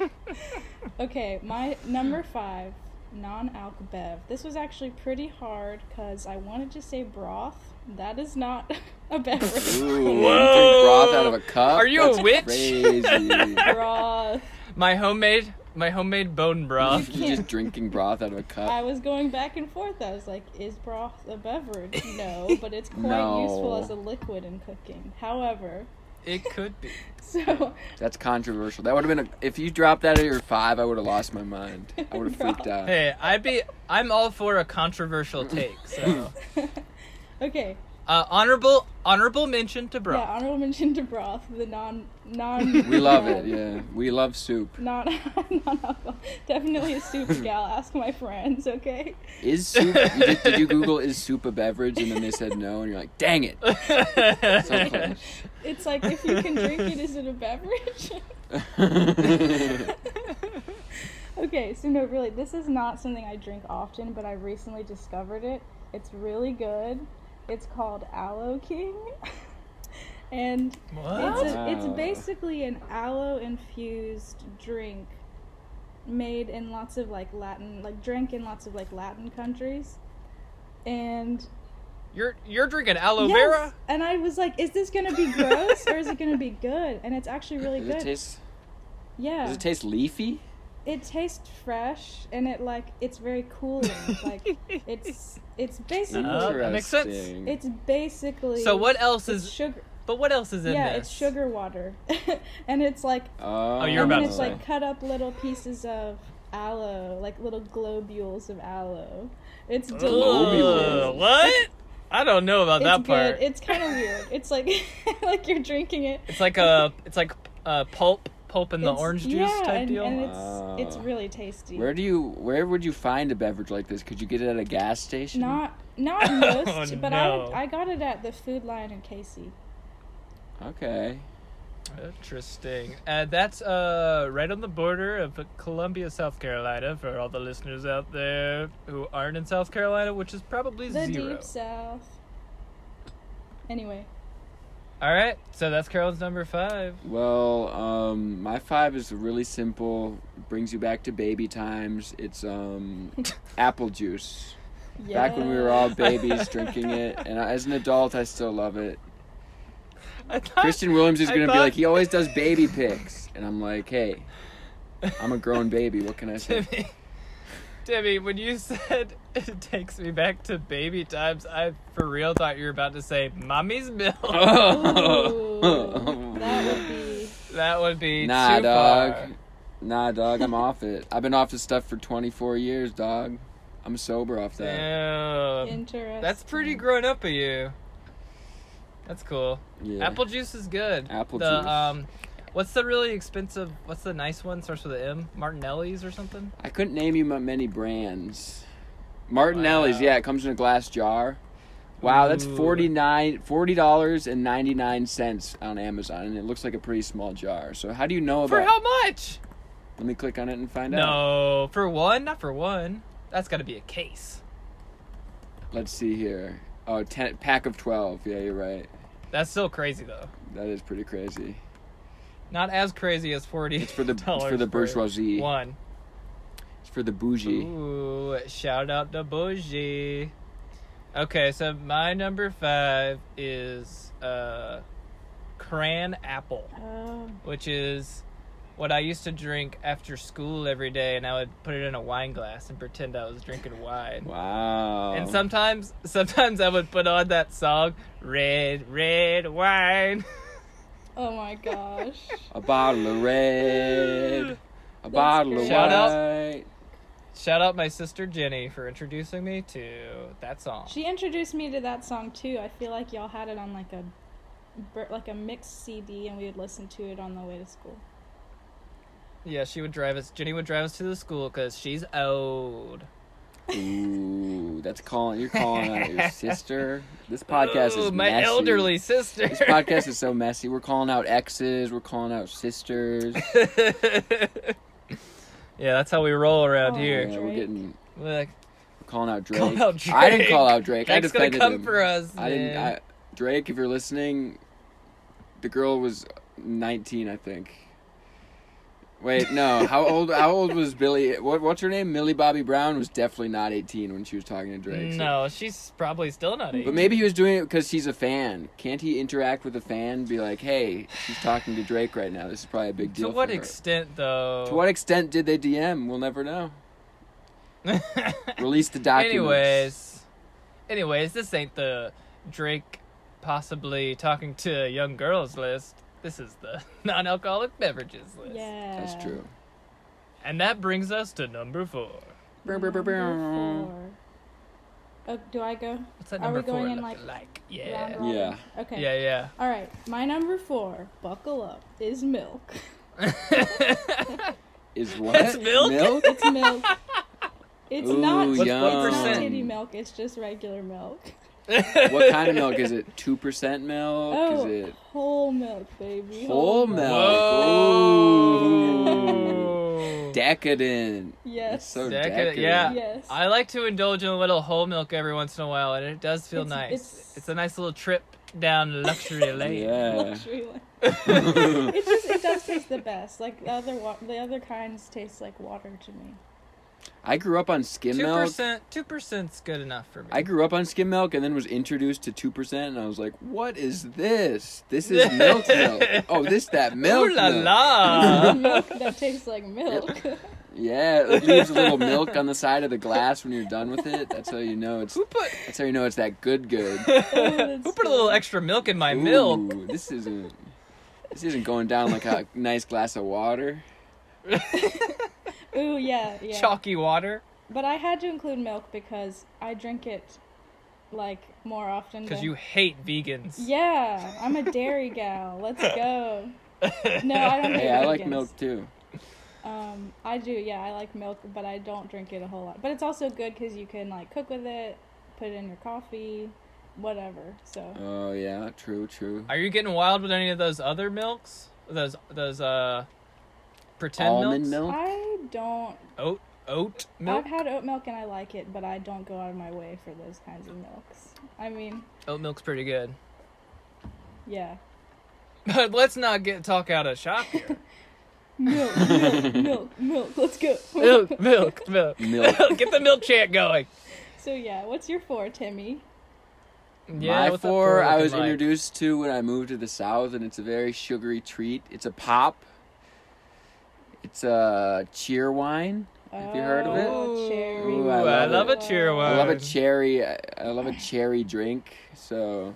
okay, my number five, non-alc bev. This was actually pretty hard because I wanted to say broth. That is not a beverage.
Ooh,
Whoa.
You drink broth out of a cup.
Are you a
That's
witch?
Crazy.
broth.
my homemade, my homemade bone broth.
You're just drinking broth out of a
I
cup.
was going back and forth. I was like, is broth a beverage? No, but it's quite
No.
useful as a liquid in cooking. However,
It could be.
so
That's controversial. That would have been a, if you dropped that at your five, I would have lost my mind. I would have freaked out.
Hey, I'd be. I'm all for a controversial take. So,
okay,
uh, honorable, honorable mention to
yeah,
broth.
honorable mention to broth, the non non.
We love it. Yeah, we love soup.
Not not alcohol. Definitely a soup gal. Ask my friends, okay?
Is soup? you did, did you Google is soup a beverage? And then they said no, and you're like, dang it. So close.
It's like if you can drink it, is it a beverage? okay, so no, really, this is not something I drink often, but I recently discovered it. It's really good. It's called Aloe King, and
what?
it's a, it's
Wow.
basically an aloe infused drink made in lots of like Latin, like drink in lots of like Latin countries, and
You're you're drinking aloe
Yes,
vera.
And I was like, is this gonna be gross or is it gonna be good? And it's actually really
Does it
good.
taste?
yeah.
Does it taste leafy?
it tastes fresh and it like it's very cooling. like it's it's basically
Uh, that makes sense.
Interesting.
it's basically
So what else
it's
is?
sugar
But what else is in
yeah,
this?
it's sugar water. and it's like
Oh,
you're
and
about
then
to
it's like cut up little pieces of aloe, like little globules of aloe. It's delicious.
Ugh, what? I don't know about
It's
that
good.
part.
It's kind of weird. It's like like you're drinking it
It's like a it's like uh, pulp pulp in the
It's-
orange juice
yeah,
type
and,
deal.
and
Wow.
it's it's really tasty.
Where do you? Where would you find a beverage like this? Could you get it at a gas station?
not not
Oh,
most, but I
no.
would, I got it at the Food Lion in Casey.
Okay.
Interesting. Uh, that's uh, right on the border of Columbia, South Carolina, for all the listeners out there who aren't in South Carolina, which is probably
The
zero.
deep south. Anyway,
All right, so that's Carolyn's number five.
Well, um, my five is really simple. Brings you back to baby times. It's um, apple juice.
yeah.
Back when we were all babies drinking it, and I, as an adult, I still love it.
I thought,
Kristen Williams is
I
gonna be
thought-
like, he always does baby pics, and I'm like, hey, I'm a grown baby. What can I say?
Timmy, Timmy, when you said it takes me back to baby times, I for real thought you were about to say mommy's milk.
Oh.
Ooh, that would be.
that would be
nah,
too
dog.
far.
Nah, dog. I'm off it. I've been off this stuff for 24 years, dog. I'm sober off that.
Damn.
Interesting.
Um, That's pretty grown up of you. That's cool.
Yeah.
Apple juice is good.
Apple
the,
juice.
Um, what's the really expensive? What's the nice one? Starts with an M. Martinelli's or something.
I couldn't name you my many brands. Martinelli's,
Wow.
yeah, it comes in a glass jar. Wow, that's
Ooh.
forty nine forty dollars and ninety nine cents on Amazon, and it looks like a pretty small jar. So how do you know about?
For how much?
Let me click on it and find out.
No, for one, not for one. That's got to be a case.
Let's see here. Oh, ten, pack of twelve. Yeah, you're right.
That's still crazy though.
That is pretty crazy.
Not as crazy as forty.
It's for the it's
dollars
for the bourgeoisie.
One.
It's for the bougie.
Ooh, shout out to Bougie. Okay, so my number five is uh, Cran Apple,
Oh,
which is what I used to drink after school every day, and I would put it in a wine glass and pretend I was drinking wine.
Wow.
And sometimes, sometimes I would put on that song, "Red, Red Wine."
oh my gosh.
a bottle of red, a bottle of
great.
Shout out.
white.
Shout out my sister Jenny for introducing me to that song.
She introduced me to that song too. I feel like y'all had it on like a bur- like a mixed CD and we would listen to it on the way to school.
yeah, she would drive us. Jenny would drive us to the school because she's old.
Ooh, that's calling. You're calling out your sister. This podcast
Ooh,
is
my
messy.
elderly sister.
This podcast is so messy. We're calling out exes. We're calling out sisters.
yeah, that's how we roll around
Oh,
here.
Yeah, we're
Drake.
getting.
We're like,
We're calling out Drake.
Call out
I didn't call
Drake.
out Drake. I
Drake's gonna
defended
come
him.
for us,
I didn't.
man.
I, Drake, if you're listening, the girl was 19, I think. Wait, no. How old? How old was Billy? What? What's her name? Millie Bobby Brown was definitely not 18 when she was talking to Drake. so-
no, she's probably still not.
But
eight.
maybe he was doing it because he's a fan. Can't he interact with a fan? Be like, hey, she's talking to Drake right now. This is probably a big deal.
to what
for her."
extent, though?
To what extent did they DM? We'll never know.
extent?
Release the documents.
Anyways, anyways, this ain't the Drake possibly talking to young girls list. This is the non-alcoholic beverages list.
Yeah.
that's true.
And that brings us to number four.
Brr, brr, brr, brr.
Number four. Oh, do I go?
What's that
Are
number
we going
four
in,
look
like,
like?
Round
Yeah.
robin?
Yeah.
Okay.
Yeah, yeah.
All right. My number four. Buckle up. Is milk.
Is what?
That's milk?
It's milk. It's
Ooh,
not. It's not
yum.
titty milk. It's just regular milk.
what kind of milk is it? Two percent milk?
Oh,
Is it
whole milk, baby.
whole milk? Ooh.
Whoa.
Decadent. That's
Yes.
so
Decadent,
decadent.
yeah.
Yes.
I like to indulge in a little whole milk every once in a while, and it does feel
It's-
nice. It's,
it's-
a nice little trip down luxury lane.
Yeah.
Luxury one. it just it does taste the best. Like the other wa- the other kinds taste like water to me.
I grew up on skim
Two
milk.
percent, two percent's good enough for me.
I grew up on skim milk and then was introduced to 2%, and I was like, what is this? This is milk milk. Oh, this, that milk
Ooh la
milk.
la!
milk that tastes like milk.
Yeah, it leaves a little milk on the side of the glass when you're done with it. That's how you know it's,
Who put
that's how you know it's that good good.
that's
Who put a little
good.
extra milk in my milk?
Ooh, this isn't, this isn't going down like a nice glass of water.
Ooh yeah yeah.
Chalky water
But I had to include milk because I drink it like more often.
because
than-
you hate vegans.
Yeah, I'm a dairy gal. Let's go. No, I don't.
Hey,
hate
I like
vegans.
milk too.
Um, I do. Yeah, I like milk, but I don't drink it a whole lot. But it's also good because you can like cook with it, put it in your coffee, whatever. So
Oh, yeah, true, true.
Are you getting wild with any of those other milks? Those those uh pretend milks?
Almond milk?
I don't.
Oat oat milk.
I've had oat milk and I like it, but I don't go out of my way for those kinds of milks. I mean,
Oat milk's pretty good.
yeah,
But let's not get talk out of shop here.
milk, milk, milk, milk. Let's go.
milk, milk, milk.
Milk.
get the milk chant going.
So yeah, what's your four, Timmy?
Yeah,
My
what's that
four, I
looking
was
like?
introduced to when I moved to the South, and it's a very sugary treat. It's a pop. It's a cheer wine. Have you heard of it?
Oh, cherry.
Ooh, I
I
love
love
it.
a cheer
I love a
wine.
cherry. I I love a cherry drink. So,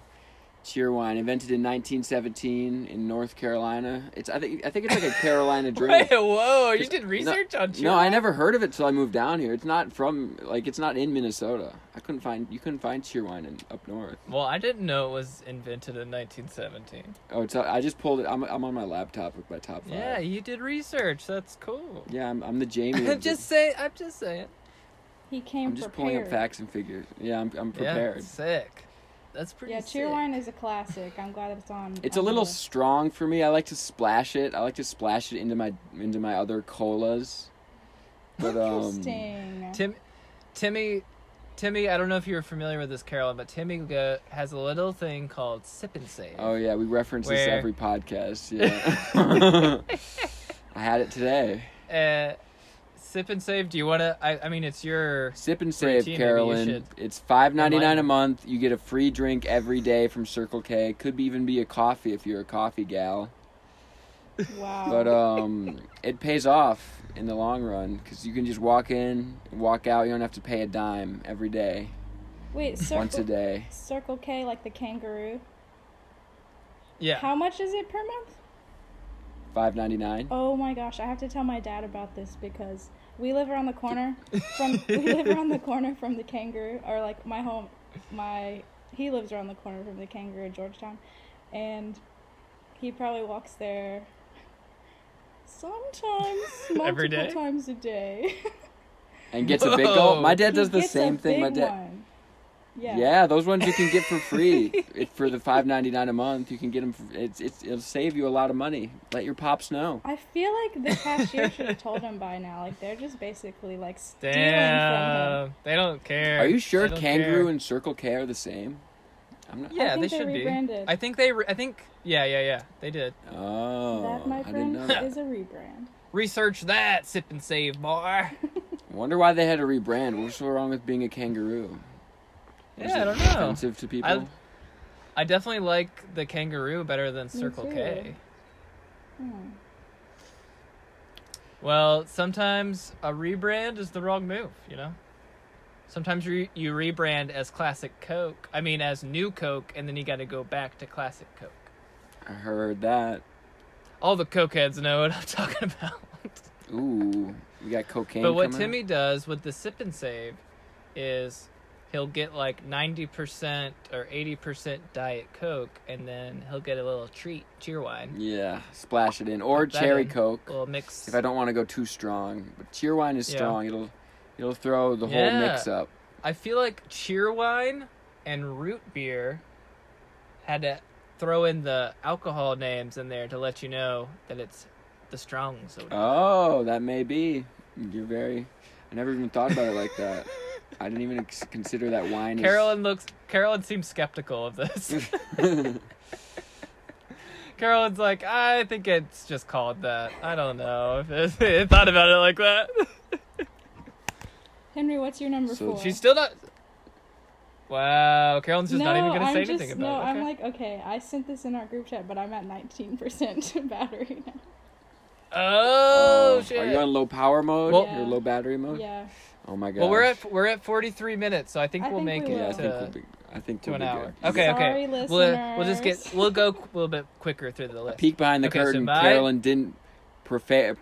cheer wine, invented in 1917 in North Carolina. It's I think I think it's like a Carolina drink.
Wait, whoa! You did research on cheer.
No, I never heard of it till I moved down here. It's not from like it's not in Minnesota. I couldn't find you couldn't find cheer wine in, up north.
Well, I didn't know it was invented in 1917.
Oh, it's, I just pulled it. I'm, I'm on my laptop with my top five.
Yeah, you did research. That's cool.
Yeah, I'm, I'm the Jamie.
I'm
of the-
just saying. I'm just saying.
He came
I'm just pulling
prepared.
up facts and figures. Yeah, I'm, I'm prepared.
Yeah, sick. That's pretty.
Yeah,
sick.
cheer wine is a classic. I'm glad it's on.
It's a
on
little
here.
strong for me. I like to splash it. I like to splash it into my into my other colas. But um,
Interesting.
Tim, Timmy, Timmy. I don't know if you're familiar with this, Carolyn, but Timmy go, has a little thing called sip and save.
oh yeah, we reference this
Where-
every podcast. Yeah, I had it today.
Uh, sip and save. Do you want to? I, I mean, it's your.
Sip and
Thirteen,
save,
maybe you
Carolyn.
should.
It's five ninety nine
Remind
a
me.
month. You get a free drink every day from Circle K. Could be even be a coffee if you're a coffee gal.
Wow.
But um, it pays off in the long run because you can just walk in, walk out. You don't have to pay a dime every day,
Wait, circle,
once a day.
Circle K, like the kangaroo.
Yeah.
How much is it per month?
Five ninety nine.
Oh my gosh, I have to tell my dad about this because we live around the corner from we live around the corner from the kangaroo or like my home my he lives around the corner from the kangaroo in Georgetown and he probably walks there sometimes multiple
Every day?
times a day.
and gets a big gulp.
Whoa.
My dad
He
does the
gets a
same thing. My
big
dad.
one.
Yeah.
Yeah.
those ones you can get for free If for the five ninety nine a month. You can get them. For, it's, it's it'll save you a lot of money. Let your pops know.
I feel like the cashier should have told him by now. Like they're just basically like stealing from him.
Damn. They don't care.
Are you sure
They don't
Kangaroo
care.
and Circle K are the same? I'm not.
Yeah,
I
they
think
should
they rebranded.
be. I think they. Re- I think. Yeah, yeah, yeah. They did.
Oh,
That, my
I didn't
friend,
know. That.
is a rebrand.
Research that sip and save, boy.
Wonder why they had to rebrand. What's so wrong with being a kangaroo? Was
Yeah, I
it
don't know.
Offensive to people.
I- I definitely like the kangaroo better than Circle
too.
K.
Hmm.
Well, sometimes a rebrand is the wrong move, you know? Sometimes re- you rebrand as classic Coke, I mean, as new Coke, and then you got to go back to classic Coke.
I heard that.
All the Cokeheads know what I'm talking about.
Ooh, we got cocaine.
But what
coming up?
Timmy does with the sip and save is he'll get like 90% or 80% Diet Coke, and then he'll get a little treat, cheer wine.
Yeah, splash it in or
Pop that
cherry
in.
coke.
A little mix.
if I don't want to go too strong. But cheer wine is
Yeah.
strong. It'll it'll throw the whole
Yeah.
mix up.
I feel like cheer wine and root beer had to throw in the alcohol names in there to let you know that it's the strong soda.
Oh, that may be. You're very. I never even thought about it like that. I didn't even ex- consider that wine.
Carolyn looks. Carolyn seems skeptical of this.
Is... I
Carolyn's like, I think it's just called that. I don't know if it, it thought about it like that.
Henry, what's your number
So
four?
She's still not. Wow, Carolyn's just
no,
not even gonna
I'm
say
just,
anything about
no,
it.
I'm
okay.
like, okay, I sent this in our group chat, but I'm at 19% battery now.
oh, shit.
Um, Are you on low power mode
Well-
or low battery mode?
Yeah.
Oh my god.
well, we're at we're at 43 minutes, so I think
I
we'll
think
make
we
it.
Yeah, I
will.
think
uh,
we'll be. I think
to
we'll
an
be
hour.
Good.
Okay,
Sorry,
okay. We'll, we'll just
listeners.
get we'll go a little bit quicker through the list.
Peek behind the
Okay, so
curtain.
my-
Carolyn didn't prefa-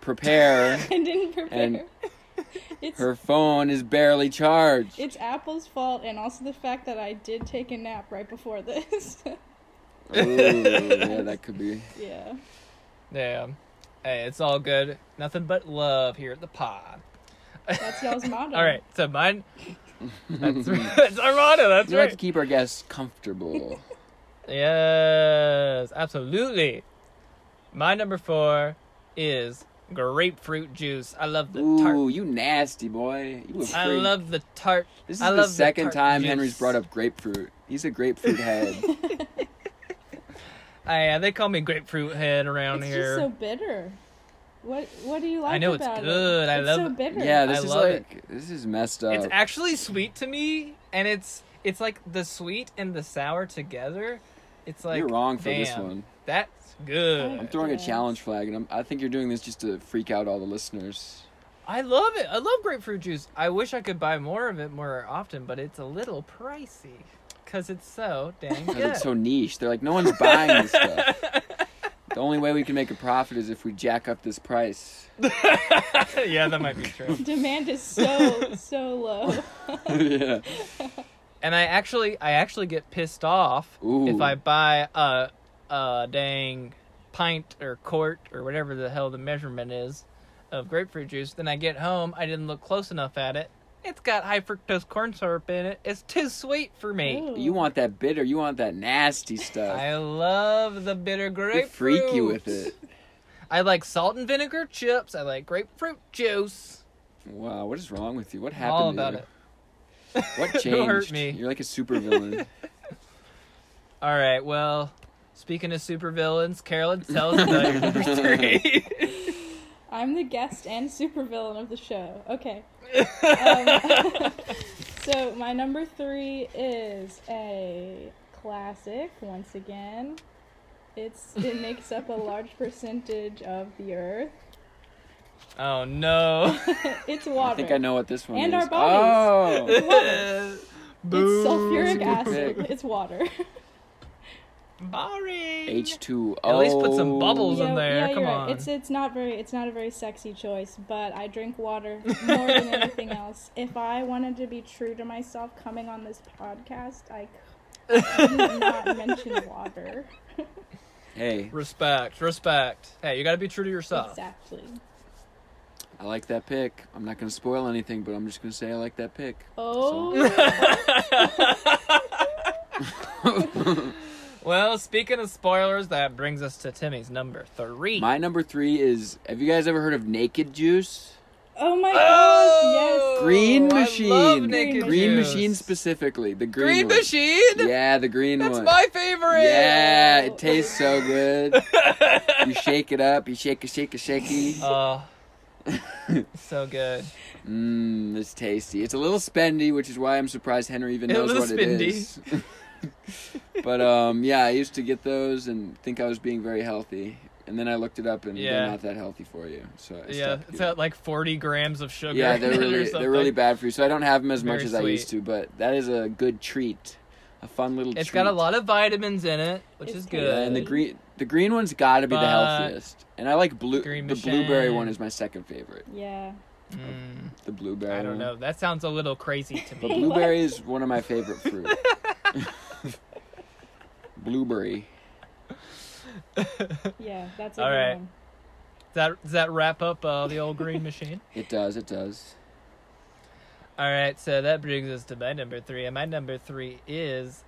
prepare.
I didn't prepare.
And-
it's,
Her phone is barely charged.
it's Apple's fault, and also the fact that I did take a nap right before this.
Ooh, yeah, that could be.
yeah.
Yeah. Hey, it's all good. Nothing but love here at the pod.
That's y'all's motto.
All right, so mine. That's, that's our motto. That's
We like to
right.
keep our guests comfortable.
Yes, absolutely. My number four is grapefruit juice. I love the
Ooh,
tart.
you nasty boy. You a
I
freak.
love the tart.
This is
I
the
love
second
tart
time
juice.
Henry's brought up grapefruit. He's a grapefruit head.
I, uh, they call me grapefruit head around
It's
here.
just so bitter. What What do you like
know, it's
about it?
good. I
it's
love
so
it.
bitter.
yeah, this
I
is
love
Oh. like this is messed up.
It's actually sweet to me, and it's it's like the sweet and the sour together. It's like
You're wrong for this
damn,
one.
That's good.
I'm throwing a
Yes.
challenge flag, and I'm, I think you're doing this just to freak out all the listeners.
I love it. I love grapefruit juice. I wish I could buy more of it more often, but it's a little pricey because it's so dang
'Cause
good.
It's so niche. They're like, no one's buying this stuff. The only way we can make a profit is if we jack up this price.
yeah, that might be true.
Demand is so so low.
yeah.
And I actually, I actually get pissed off
Ooh.
if I buy a, a dang pint or quart or whatever the hell the measurement is of grapefruit juice. Then I get home, I didn't look close enough at it. It's got high fructose corn syrup in it. It's too sweet for me.
Ooh.
You want that bitter. You want that nasty stuff.
I love the bitter
We
grapefruit.
freak you with it.
I like salt and vinegar chips. I like grapefruit juice.
Wow, what is wrong with you? What
I'm
happened?
all
to
about
you?
it.
What changed?
Don't hurt me.
You're like a supervillain.
All right. Well, speaking of supervillains, Carolyn, tell us about your number three.
I'm the guest and supervillain of the show. Okay. Um, so my number three is a classic. Once again, it's it makes up a large percentage of the earth.
oh no.
It's water.
I think I know what this one
And
is.
our bodies.
Oh,
It's
Boo.
sulfuric acid.
pick.
It's water.
Boring.
H2O.
At least put some bubbles in
Yeah,
there.
yeah,
Come
you're
on.
Right. It's it's not very it's not a very sexy choice, but I drink water more than anything else. If I wanted to be true to myself coming on this podcast, I could not mention water.
Hey,
Respect. Respect. Hey, you got to be true to yourself.
Exactly.
I like that pick. I'm not going to spoil anything, but I'm just going to say I like that pick.
Oh,
Well, speaking of spoilers, that brings us to Timmy's number three.
My number three is Have you guys ever heard of Naked Juice?
oh my
Oh!
gosh, yes.
Green
I love
Machine.
Naked
green
Juice.
Machine specifically. The green,
Green
one.
Machine.
Yeah, the green
That's
one.
my favorite.
Yeah, it tastes so good. you shake it up. You shake it, shake it, shakey.
Oh, so good.
Mmm, it's tasty. It's a little spendy, which is why I'm surprised Henry even
A
knows
little
what it
spendy.
is. but um, yeah, I used to get those and think I was being very healthy, and then I looked it up and
Yeah.
they're not that healthy for you. So I
Yeah,
stopped
it's
getting-
at like 40 grams of sugar.
yeah,
in
they're
it or
really
something.
they're really bad for you. So I don't have them as much
Very
as I used to, but that is a good treat, a fun little.
It's
treat.
got a lot of vitamins in it, which
It's
is
tasty.
good.
Yeah, and the green the green one's got to be the
But-
healthiest, and I like blue.
Green
the blueberry
Machine.
one is my second favorite.
Yeah.
Mm,
The blueberry.
I
one.
don't know. That sounds a little crazy to
But
me.
blueberry is one of my favorite fruit. blueberry.
Yeah, that's a
All
good
right.
one.
Does that, does that wrap up uh, the old green machine?
It does, it does.
All right, so that brings us to my number three, and my number three is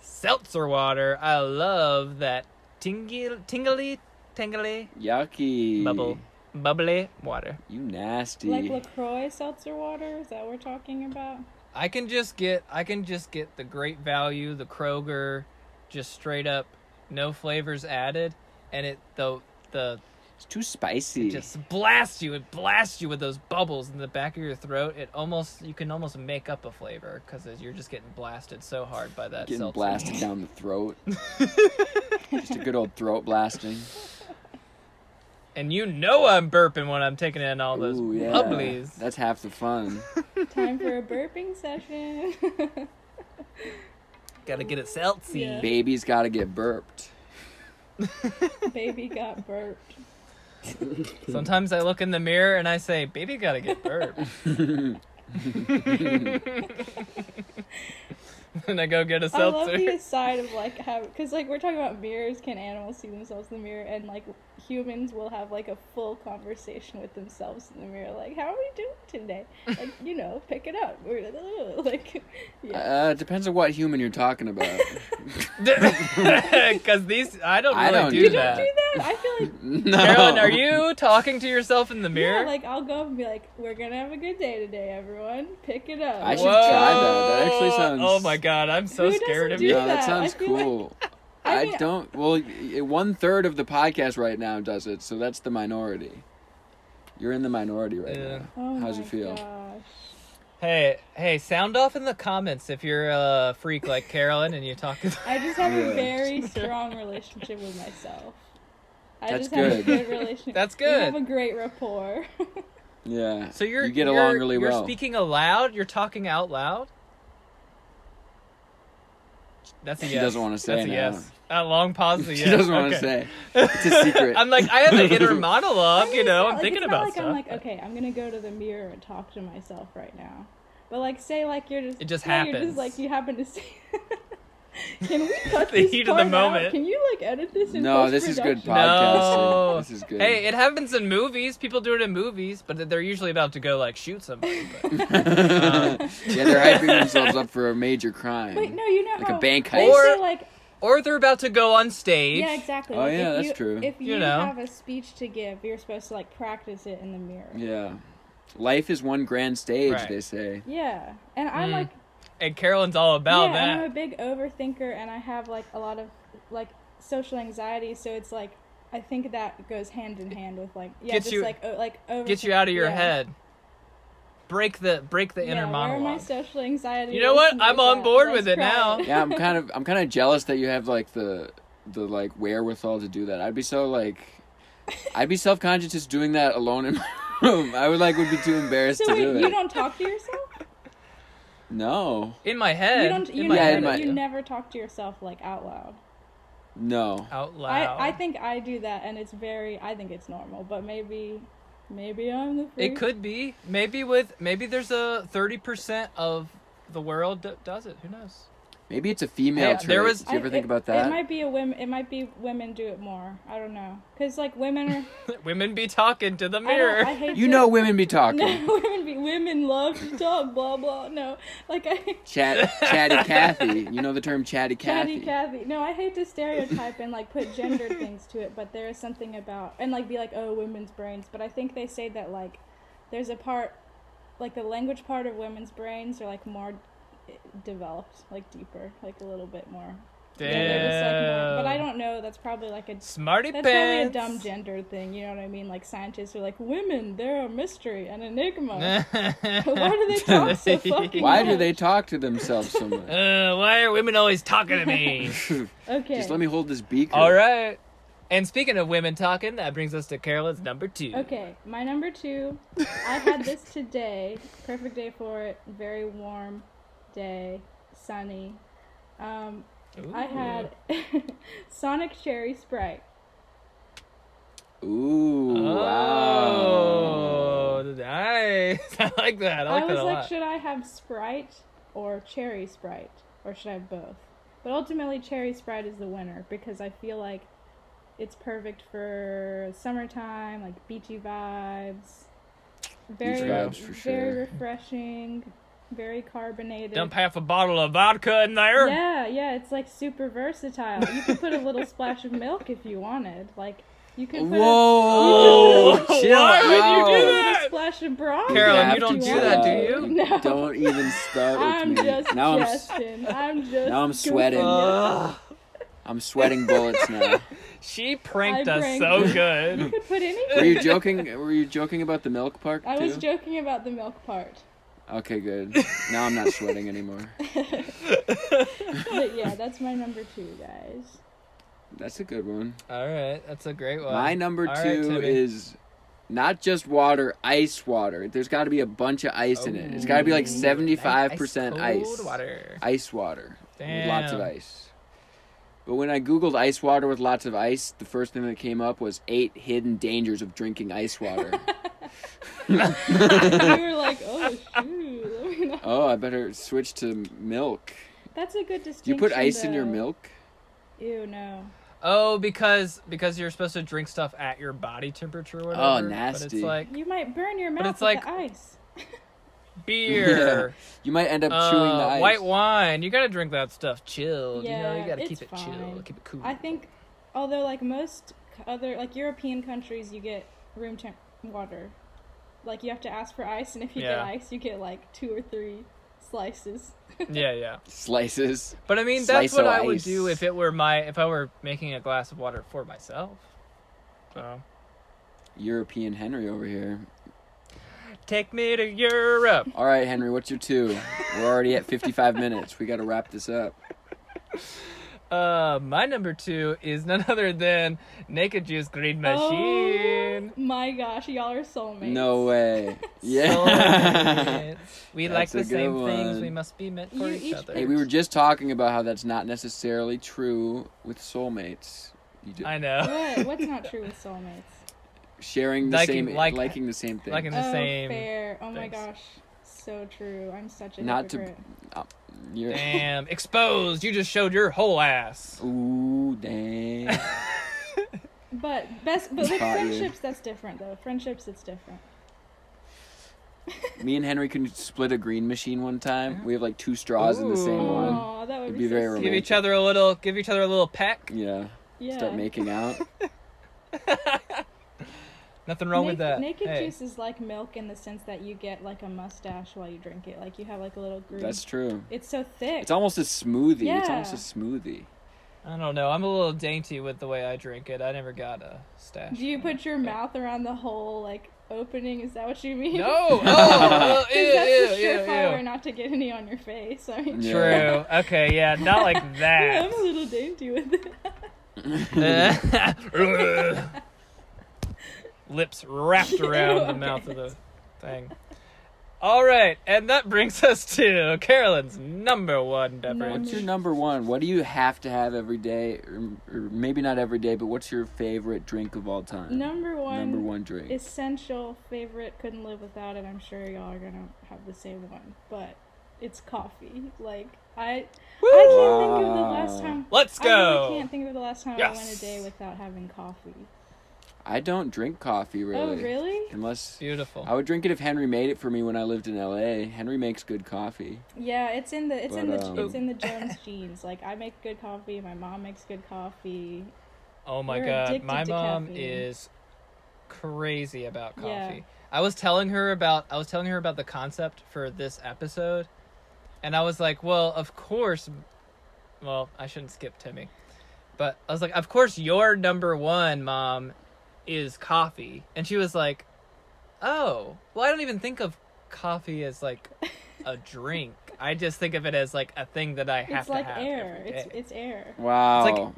seltzer water. I love that tingy, tingly, tingly,
Yucky.
bubble, bubbly water.
You nasty.
Like LaCroix seltzer water, is that what we're talking about?
I can just get, I can just get the Great Value, the Kroger, just straight up, no flavors added, and it the the
it's too spicy.
just blasts you, it blasts you with those bubbles in the back of your throat. It almost, you can almost make up a flavor because you're just getting blasted so hard by that
Getting
seltzer.
blasted down the throat. just a good old throat blasting.
And you know I'm burping when I'm taking in all those
Ooh, yeah.
bubblies.
That's half the fun.
Time for a burping session.
Gotta get it seltzy.
Yeah.
Baby's got to get burped.
Baby got burped.
Sometimes I look in the mirror and I say, "Baby, gotta get burped." and I go get a
I love the
seltzer.
aside of like how, because like we're talking about mirrors. Can animals see themselves in the mirror? And like humans will have like a full conversation with themselves in the mirror. Like, how are we doing today? Like, you know, pick it up. We're like, "Ugh," like, yeah.
Uh, it depends on what human you're talking about.
Because these, I don't
I
really
don't
do,
do
you
that.
don't do that. I feel like
no.
Carolyn, are you talking to yourself in the mirror?
yeah, like I'll go up and be like, we're gonna have a good day today, everyone. Pick it up.
I should
Whoa.
try that. That actually sounds-
Oh my god, I'm so
Who
scared
doesn't
of
do
you.
No,
that.
that sounds
I feel like-
cool.
I
I,
mean-
don't. Well, one third of the podcast right now does it, so that's the minority. You're in the minority right
Yeah.
now.
Oh
How's
my
it feel?
Gosh.
Hey, hey, sound off in the comments if you're a freak like Carolyn and you talk to
I just have
Yeah.
a very strong relationship with myself. I
That's
just have a
good.
good relationship.
That's
We have
good.
a great rapport.
Yeah.
So you're
you get
you're-
along really
you're
well.
speaking aloud, you're talking out loud? That's a
She
yes.
doesn't wanna say
That's a
now.
yes. A long pause is a
she
yes.
doesn't want to
Okay.
say. It's a secret.
I'm like, I have an inner
I
monologue,
mean,
you
it's
know.
not-
I'm
like,
thinking
it's not
about
like
stuff.
I'm like, okay, I'm gonna go to the mirror and talk to myself right now. But like, say like you're just
It just
yeah, You're
happens.
just like you happen to see. Can we cut
The
this
heat of the
part out?
moment.
Can you like edit this? In
no, this is good
post-production?
No.
podcasting. This is good.
Hey, it happens in movies. People do it in movies, but they're usually about to go like shoot somebody. But...
yeah, they're hyping themselves up for a major crime.
Wait, no, you know
Like a
how
bank
they
heist.
say,
Or-
like
or they're about to go on stage.
yeah, exactly.
Oh,
like,
yeah,
if
that's
you,
true.
If
You
you,
know.
have a speech to give, you're supposed to like practice it in the mirror.
Yeah. Life is one grand stage,
Right.
they say.
Yeah, and I'm
Mm.
like,
And Carolyn's all about
yeah, and I'm
that.
a big overthinker, and I have like a lot of like social anxiety. So it's like I think that goes hand in hand with like yeah,
Gets
just
you-
like o- like over
Get you out of your
yeah.
head. Break the break the
Yeah,
inner
Where my
monologue.
social anxiety.
You know what?
is,
I'm
like
on
that.
board
Let's
with it
try
now.
Yeah, I'm kind of I'm kind of jealous that you have like the the like wherewithal to do that. I'd be so like I'd be self-conscious just doing that alone in my room. I would like would be too embarrassed
So
to do
wait, you
it.
don't talk to yourself?
No.
in my head.
You don't.
in
You
my
Yeah,
head,
in
never.
my-
You never talk to yourself like out loud.
No.
out loud.
I I think I do that, and it's very. I think it's normal, but maybe, maybe I'm the.
it
Freak.
could be maybe with maybe there's a thirty percent of the world that does it. Who knows?
Maybe it's a female
Yeah,
trait.
there was-
Did you ever
I-
think
it-
about that?
It might be a women. It might be women do it more. I don't know, cause like women are.
Women be talking to the
I,
mirror.
don't, I hate.
you
to-
know women be talking.
No, women be women love to talk. Blah blah. No, like I.
Chat chatty Cathy. You know the term chatty Cathy.
Cathy, Cathy. No, I hate to stereotype and like put gendered things to it, but there is something about and like be like, oh, women's brains. But I think they say that like, there's a part, like the language part of women's brains are like more eh, developed, like deeper, like a little bit more.
Damn.
Yeah, they're just, like, more- but I don't know. That's probably like a
Smarty
that's probably a
pants.
dumb gender thing. You know what I mean? Like scientists are like, women, they're a mystery, an enigma. Why do they talk so fucking?
Why do
much?
they talk to themselves so much?
Uh, why are women always talking to me?
Okay.
Just let me hold this beaker.
All right. And speaking of women talking, that brings us to Carolyn's number two.
Okay, my number two. I had this today. Perfect day for it. Very warm day, sunny. Um, I had Sonic Cherry Sprite.
Ooh. Wow.
Oh, nice. I like that. I
I,
like
was
that a
like,
lot.
should I have Sprite or Cherry Sprite, or should I have both? But ultimately, Cherry Sprite is the winner because I feel like it's perfect for summertime, like beachy vibes. Very,
vibes for sure.
very refreshing, very carbonated.
Dump half a bottle of vodka in there.
Yeah, yeah, it's like super versatile. You could put a little splash of milk if you wanted. Like you could put
Whoa.
Whoa,
Chill
why would you
a,
do
a
out.
that?
little splash of broth.
Carolyn,
if
you don't
have
do
to
that, do
chill
you?
out.
No.
Don't even start with
I'm
me.
just
now I'm s-
jesting. I'm, just
now I'm
goofing.
sweating.
Ugh.
I'm sweating bullets now.
she pranked
I
us
pranked
so
her. You
good.
could put
Were
anything.
you joking? Were you joking about the milk part?
I was
too?
joking about the milk part.
Okay, good. Now I'm not sweating anymore.
But yeah, that's my number two, guys.
That's a good one.
All right, that's a great one.
My number
All right,
two
Timmy.
is not just water, ice water. There's got to be a bunch of ice in it. It's got to be like
Ooh,
75%
nice
ice.
Cold water.
Ice water. With lots of
Damn.
ice. But when I Googled ice water with lots of ice, the first thing that came up was eight hidden dangers of drinking ice water.
We were like, oh shoot, let me know.
oh, I better switch to milk.
That's a good
Do
distinction.
you put ice in your
though.
milk?
Ew, no.
Oh, because because you're supposed to drink stuff at your body temperature or whatever.
Oh,
But
nasty.
it's like
You might burn your mouth
it's
with
like-
the ice.
beer,
You might end up chewing the
uh,
ice.
white wine. You gotta drink that stuff chilled. you know,
Yeah,
you gotta keep
it's
it chill,
fine.
keep it cool.
I think, although like most c- other like European countries, you get room temp water. Like you have to ask for ice, and if you
Yeah.
get ice, you get like two or three slices.
Yeah, yeah.
Slices.
But I mean,
Slice
that's what
of
I would
ice.
do if it were my if I were making a glass of water for myself. So
Oh.
European Henry over here.
Take me to Europe.
All right, Henry, what's your two? We're already at 55 minutes. We got to wrap this up.
Uh, my number two is none other than Naked Juice Green
Oh.
Machine.
My gosh, y'all are soulmates.
No way.
Soulmates.
Yeah.
we like
That's
the
a
same
good
things.
one.
We must be meant for
You
each
each
other.
hey, we were just talking about how that's not necessarily true with soulmates. You do,
I know.
What? What's not true with soulmates?
sharing the
Liking-
same,
like-
liking the same thing.
liking the-
oh,
same
fair. Oh my
things.
gosh, so true. I'm such a
Not to-
hypocrite.
You're-
Damn, exposed. You just showed your whole ass.
Ooh, dang.
But best, but
Caught
with
you.
friendships, that's different though. Friendships, it's different.
Me and Henry can split a green machine one time. We have like two straws in the same
Ooh.
one.
Oh, that would
It'd
be,
be
so
very
sweet.
Give
romantic.
each other a little. Give each other a little peck.
Yeah.
Yeah.
Start making out.
Nothing wrong with
Naked-
that.
Naked
Hey.
juice is like milk in the sense that you get like a mustache while you drink it. Like you have like a little green.
That's true.
It's so thick.
It's almost a smoothie. It's almost a
Yeah.
smoothie.
I don't know. I'm a little dainty with the way I drink it. I never got a stash.
Do you put your mouth around the whole like opening? Is that what you mean?
No. Oh. oh, ew,
'Cause that's
ew,
a
ew,
surefire
ew.
not to get any on your face. I mean,
Yeah.
True. Okay. Yeah. Not like that.
I'm a little dainty with it.
Lips wrapped around the mouth of
okay.
the thing. All right, and that brings us to Carolyn's number one beverage.
What's your number one? What do you have to have every day, or, or maybe not every day, but what's your favorite drink of all time?
Number one,
Number one drink.
essential favorite. Couldn't live without it. I'm sure y'all are gonna have the same one, but it's coffee. Like I, I can't think of the last
Wow.
time.
Let's
I
go.
really can't think of the last time I went
Yes.
a day without having coffee.
I don't drink coffee really.
Oh, really?
Unless
Beautiful.
I would drink it if Henry made it for me when I lived in LA. Henry makes good coffee.
Yeah, it's in the it's in
But,
the
um,
it's in the Jones genes. Like I make good coffee. My mom makes good coffee.
Oh my
We're
god,
addicted
my
to
mom
caffeine.
is crazy about coffee.
Yeah.
I was telling her about I was telling her about the concept for this episode, and I was like, "Well, of course." Well, I shouldn't skip Timmy, but I was like, "Of course, your number one mom is coffee," and she was like, "Oh, well, I don't even think of coffee as like a drink. I just think of it as like a thing that I have
It's
to
like
have
air.
every
It's
day."
it's air.
Wow.
It's like-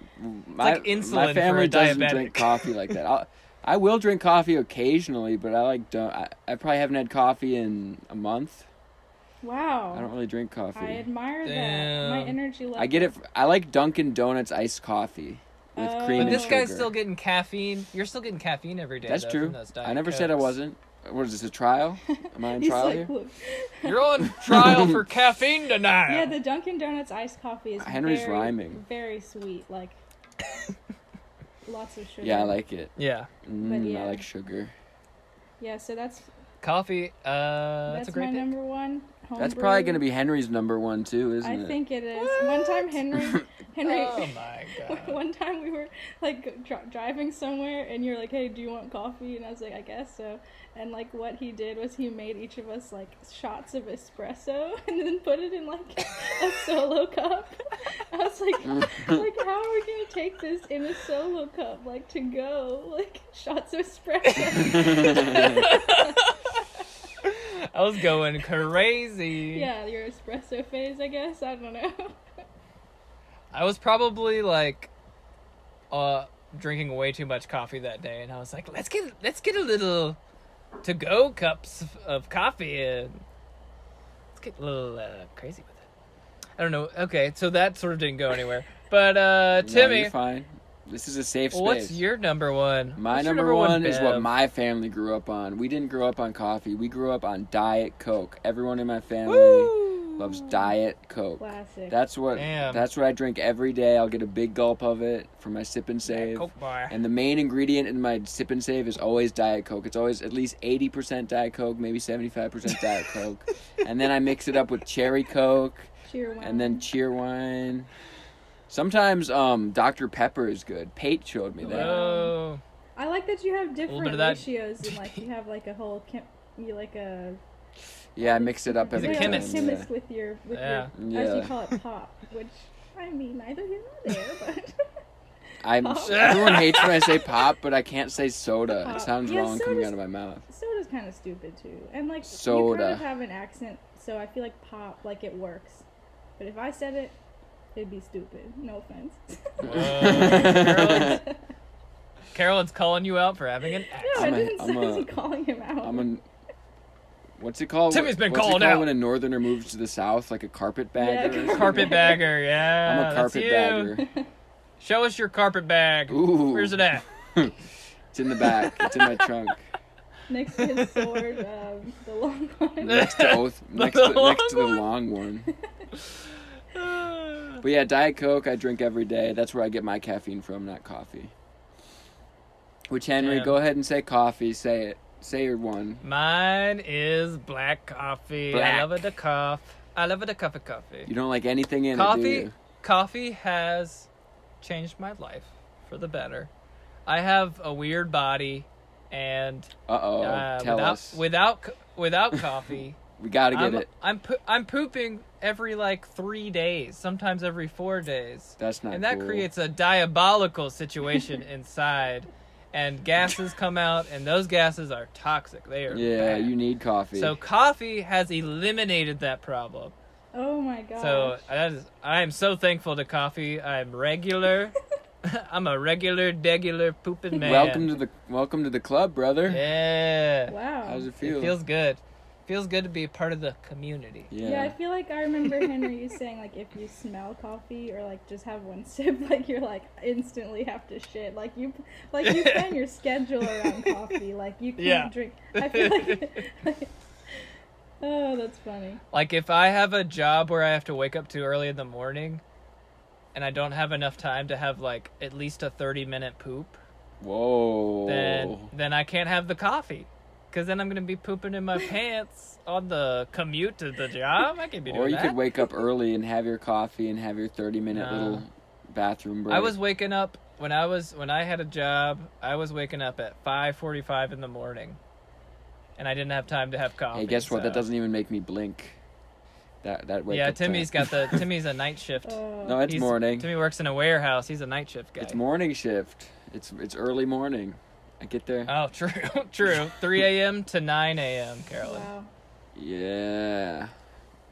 my,
like insulin for
my
a
family doesn't
diabetic.
drink coffee like that. I'll, I will drink coffee occasionally, but I like don't. I, I probably haven't had coffee in a month.
Wow.
I don't really drink coffee.
I admire that. My
Damn.
energy level.
I get it. I like Dunkin' Donuts iced coffee with
Oh.
cream
But
and
this
sugar.
guy's still getting caffeine. You're still getting caffeine every day.
That's
though,
true.
from those Diet
I never said I
Cokes.
wasn't. What is this a trial? Am I on
He's
trial
like,
here?
look.
You're on trial for caffeine tonight.
Yeah, the Dunkin' Donuts iced coffee is
Henry's
very,
rhyming.
Very sweet, like lots of sugar.
Yeah, I like it.
Yeah.
Mm,
yeah.
I like sugar.
Yeah, so that's
Coffee. Uh, that's,
that's,
a great
my
pick.
number one.
That's
homebrew.
probably gonna be Henry's number one too, isn't
I
it?
think it is. One time, Henry, Henry,
Oh my god.
One time we were like dri driving somewhere, and you're like, "Hey, do you want coffee?" And I was like, "I guess so." And like what he did was he made each of us like shots of espresso, and then put it in like a solo cup. I was like, "Like how are we gonna take this in a solo cup? Like to go? Like shots of espresso?"
I was going crazy.
yeah, your espresso phase, I guess. I don't know.
I was probably like, uh, drinking way too much coffee that day, and I was like, let's get let's get a little to go cups of, of coffee and let's get a little uh, crazy with it. I don't know. Okay, so that sort of didn't go anywhere. But uh,
No,
Timmy,
you're fine. This is a safe space.
what's your number one?
My
What's your
number, one is what
bev?
my family grew up on. We didn't grow up on coffee. We grew up on Diet Coke. Everyone in my family loves Diet Coke.
Classic.
That's what
Damn.
that's what I drink every day. I'll get a big gulp of it for my sip and save.
Coke bar.
And the main ingredient in my sip and save is always Diet Coke. It's always at least 80% Diet Coke, maybe 75% Diet Coke. and then I mix it up with cherry Coke
Cheer one.
and then cheer wine. Sometimes um, Dr. Pepper is good. Pate showed me that.
Whoa.
I like that you have
little bit
different
of that.
ratios and like you have like a whole chem- you like a
Yeah, I mix it up
He's
every
a
like
time.
chemist.
yeah.
chemist with your with
Yeah.
your as
Yeah.
you call it pop, which I mean neither here nor there, but
I'm
Pop.
everyone hates when I say pop, but I can't say soda. It sounds
Yeah,
wrong coming
soda's-
out of my mouth.
Soda's kind of stupid too, and like you
Soda.
kind of have an accent, so I feel like pop, like it works. But if I said it, it'd be stupid. No offense.
Whoa. Carolyn's calling you out for having an accent.
no, I
I'm a-
didn't say
I'm a-
I'm calling him out.
I'm an. What's it called?
Timmy's been
What's it
called
called
out.
when a northerner moves to the south, like a carpetbagger.
Yeah,
or something?
Carpetbagger,
I'm
yeah.
a
that's you.
carpetbagger.
Show us your carpet bag.
Ooh.
Where's it at?
It's in the back. It's in my trunk.
Next to his sword, um, the long one.
Next to oath. Next to,
long
next to the
one.
long one. But yeah, Diet Coke I drink every day. That's where I get my caffeine from, not coffee. Which Henry,
Damn.
go ahead and say coffee. Say it. Say your one.
Mine is black coffee. I
Black.
love it a cuff. I love it a cup of coffee.
You don't like anything in it, do
coffee
you?
coffee has changed my life for the better i have a weird body and
Uh-oh.
uh,
Oh, Tell
without,
us.
without co- without coffee
we gotta get
i'm
it.
i'm poo- i'm pooping every like 3 days sometimes every 4 days
That's not
and that
cool.
creates a diabolical situation inside and gases come out and those gases are toxic they are
Yeah,
bad.
you need coffee.
so coffee has eliminated that problem
Oh my god.
so uh, that is, I am so thankful to coffee. I'm regular. I'm a regular, degular pooping man.
welcome to the welcome to the club, brother.
Yeah.
wow.
How does it feel?
It feels good. Feels good to be a part of the community.
yeah.
Yeah. I feel like I remember Henry you saying like if you smell coffee or like just have one sip, like you're like instantly have to shit. Like you, like you plan your schedule around coffee. Like you can't
Yeah.
drink. I feel like, oh, that's funny.
Like if I have a job where I have to wake up too early in the morning, and I don't have enough time to have like at least a 30 minute poop,
Whoa.
then then I can't have the coffee. Cause then I'm gonna be pooping in my pants on the commute to the job. I can't be doing
or you
that.
could wake up early and have your coffee and have your 30 minute
Nah.
little bathroom break.
I was waking up when I was when I had a job. I was waking up at five forty-five in the morning, and I didn't have time to have coffee.
Hey, guess what? That
so-
doesn't even make me blink. That that wake
Yeah,
up time.
Timmy's got the Timmy's a night shift.
Oh.
no, it's
He's-
morning.
Timmy works in a warehouse. He's a night shift guy.
It's morning shift. It's it's early morning. I get there.
Oh, true, true. Three a.m. to nine a.m. Carolyn.
wow,
yeah,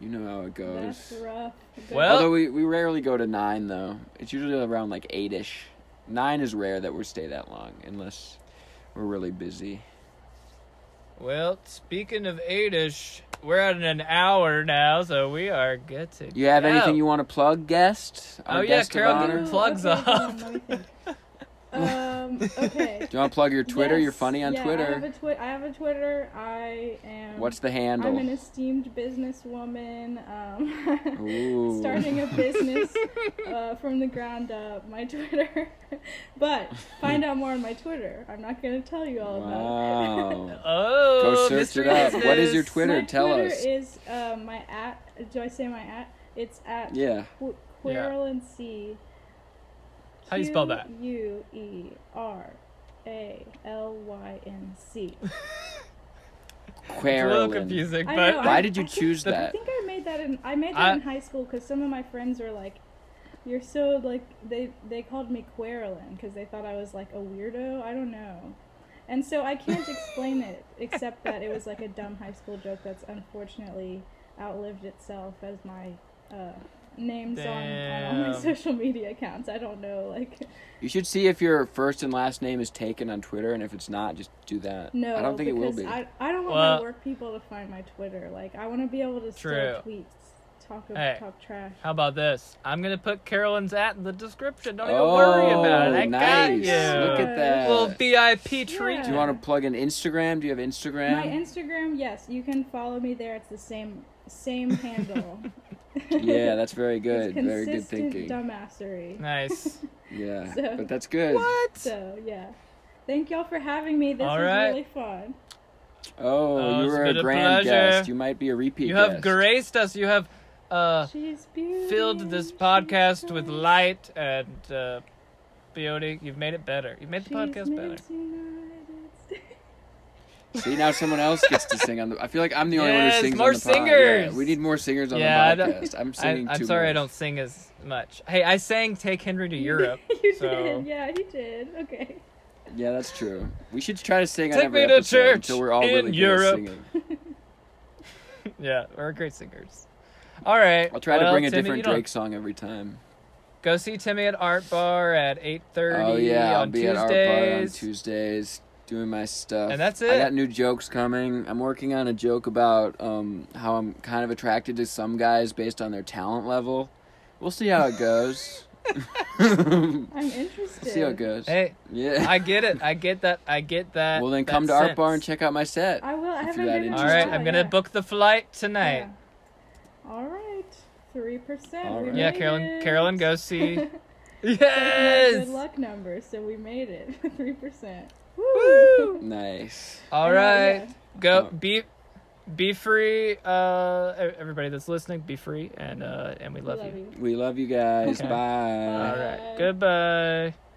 you know how it
that's
goes.
rough. Good-
Well-
Although we, we rarely go to nine though. It's usually around like eight ish. Nine is rare that we stay that long unless we're really busy.
Well, speaking of eight-ish, we're at an hour now, so we are good to.
You have
go.
anything you want to plug, guest? Our
Oh, yeah,
guest of
Carol,
honor?
your
Ooh,
plugs
okay, hold on,
up.
let me think. um. Okay.
Do you want to plug your Twitter? You're
Yes,
funny on
yeah, I have, a
Twitter.
twi- I have a Twitter. I am.
What's the handle?
I'm an esteemed businesswoman. Um,
Ooh.
starting a business uh, from the ground up. My Twitter, but find out more on my Twitter. I'm not going to tell you all about it.
Wow.
Oh,
Go search
mystery
it up. What is your
business.
Twitter?
my
Tell
Twitter
us.
is uh, my at. Do I say my at? It's at
Yeah.
Qu- Querlin C.
How do you spell that?
U E R A L Y N C.
It's a little
Querlin.
confusing,
I
but
know,
Why did you
think-
choose
I
that?
think I made that in I made that
I-
in high school because some of my friends were like, "You're so like they they called me Querlin because they thought I was like a weirdo. I don't know." And so I can't explain it except that it was like a dumb high school joke that's unfortunately outlived itself as my uh, names on, on all my
Damn.
social media accounts. I don't know, like
You should see if your first and last name is taken on Twitter, and if it's not, just do that.
no.
I don't think it will
because
be.
I, I don't want
Well-
my work people to find my Twitter. Like I want to be able to still
True.
tweet, talk of,
Hey.
talk trash.
How about this? I'm gonna put Carolyn's at in the description. Don't even worry about it. I
Oh,
got
nice.
you.
Look at that.
Little VIP treat.
do you want to plug in Instagram? Do you have Instagram?
My Instagram, yes, you can follow me there. It's the same same handle.
yeah, that's very
It's
good. Very good
consistent
thinking.
Dumbassery.
Nice.
Yeah,
So-
but that's good.
So yeah, thank y'all for having me. This
All
was
right.
really fun.
Oh,
Oh,
you
it's
were
been
a
a
grand
pleasure.
guest. You might be a repeat.
You have
guest.
graced us. You have uh,
She's beautiful.
filled this podcast with light and uh, beauty. You've made it better. You've made the podcast better.
See now, someone else gets to sing on the. I feel like I'm the only one
Yes,
who sings.
more
on the pod.
singers!
Yeah, we need more singers on
Yeah, I
the
don't-
podcast. I'm
I,
singing.
I'm
too
sorry I
much.
don't sing as much. Hey, I sang "Take Henry to Europe."
you
so
did. Yeah, you did. Okay.
Yeah, that's true. We should try to sing on
Take
every
me to
episode
church
until we're all
in
really
Europe.
good at singing.
yeah, we're great singers. All right.
I'll try to
well,
bring a
Timmy, you
different
don't-
Drake song every time.
Go see Timmy at Art Bar at 8:30
Oh yeah, I'll
on
be
Tuesdays.
at our bar on Tuesdays doing my stuff.
And that's
I
it.
got new jokes coming. I'm working on a joke about um, how I'm kind of attracted to some guys based on their talent level. We'll see how it goes. see
I'm interested.
how it goes.
Hey,
yeah.
I get it. I get that. I get that.
well then
that
come to Art
sense.
Bar and check out my set.
I will. I
If
haven't
you're that
been
All
interested.
right,
Oh,
I'm gonna book the flight tonight.
All right. Three
All
percent.
right.
Yeah, Carolyn. Carolyn, go see.
Good
yes.
luck number, so we made it. Three percent.
Woo!
Nice.
All right.
Yeah.
Go
Oh.
be be free. Uh, e- everybody that's listening, be free, and uh, and we love, you.
We love you guys.
Okay.
Bye.
All
Bye.
right. Goodbye.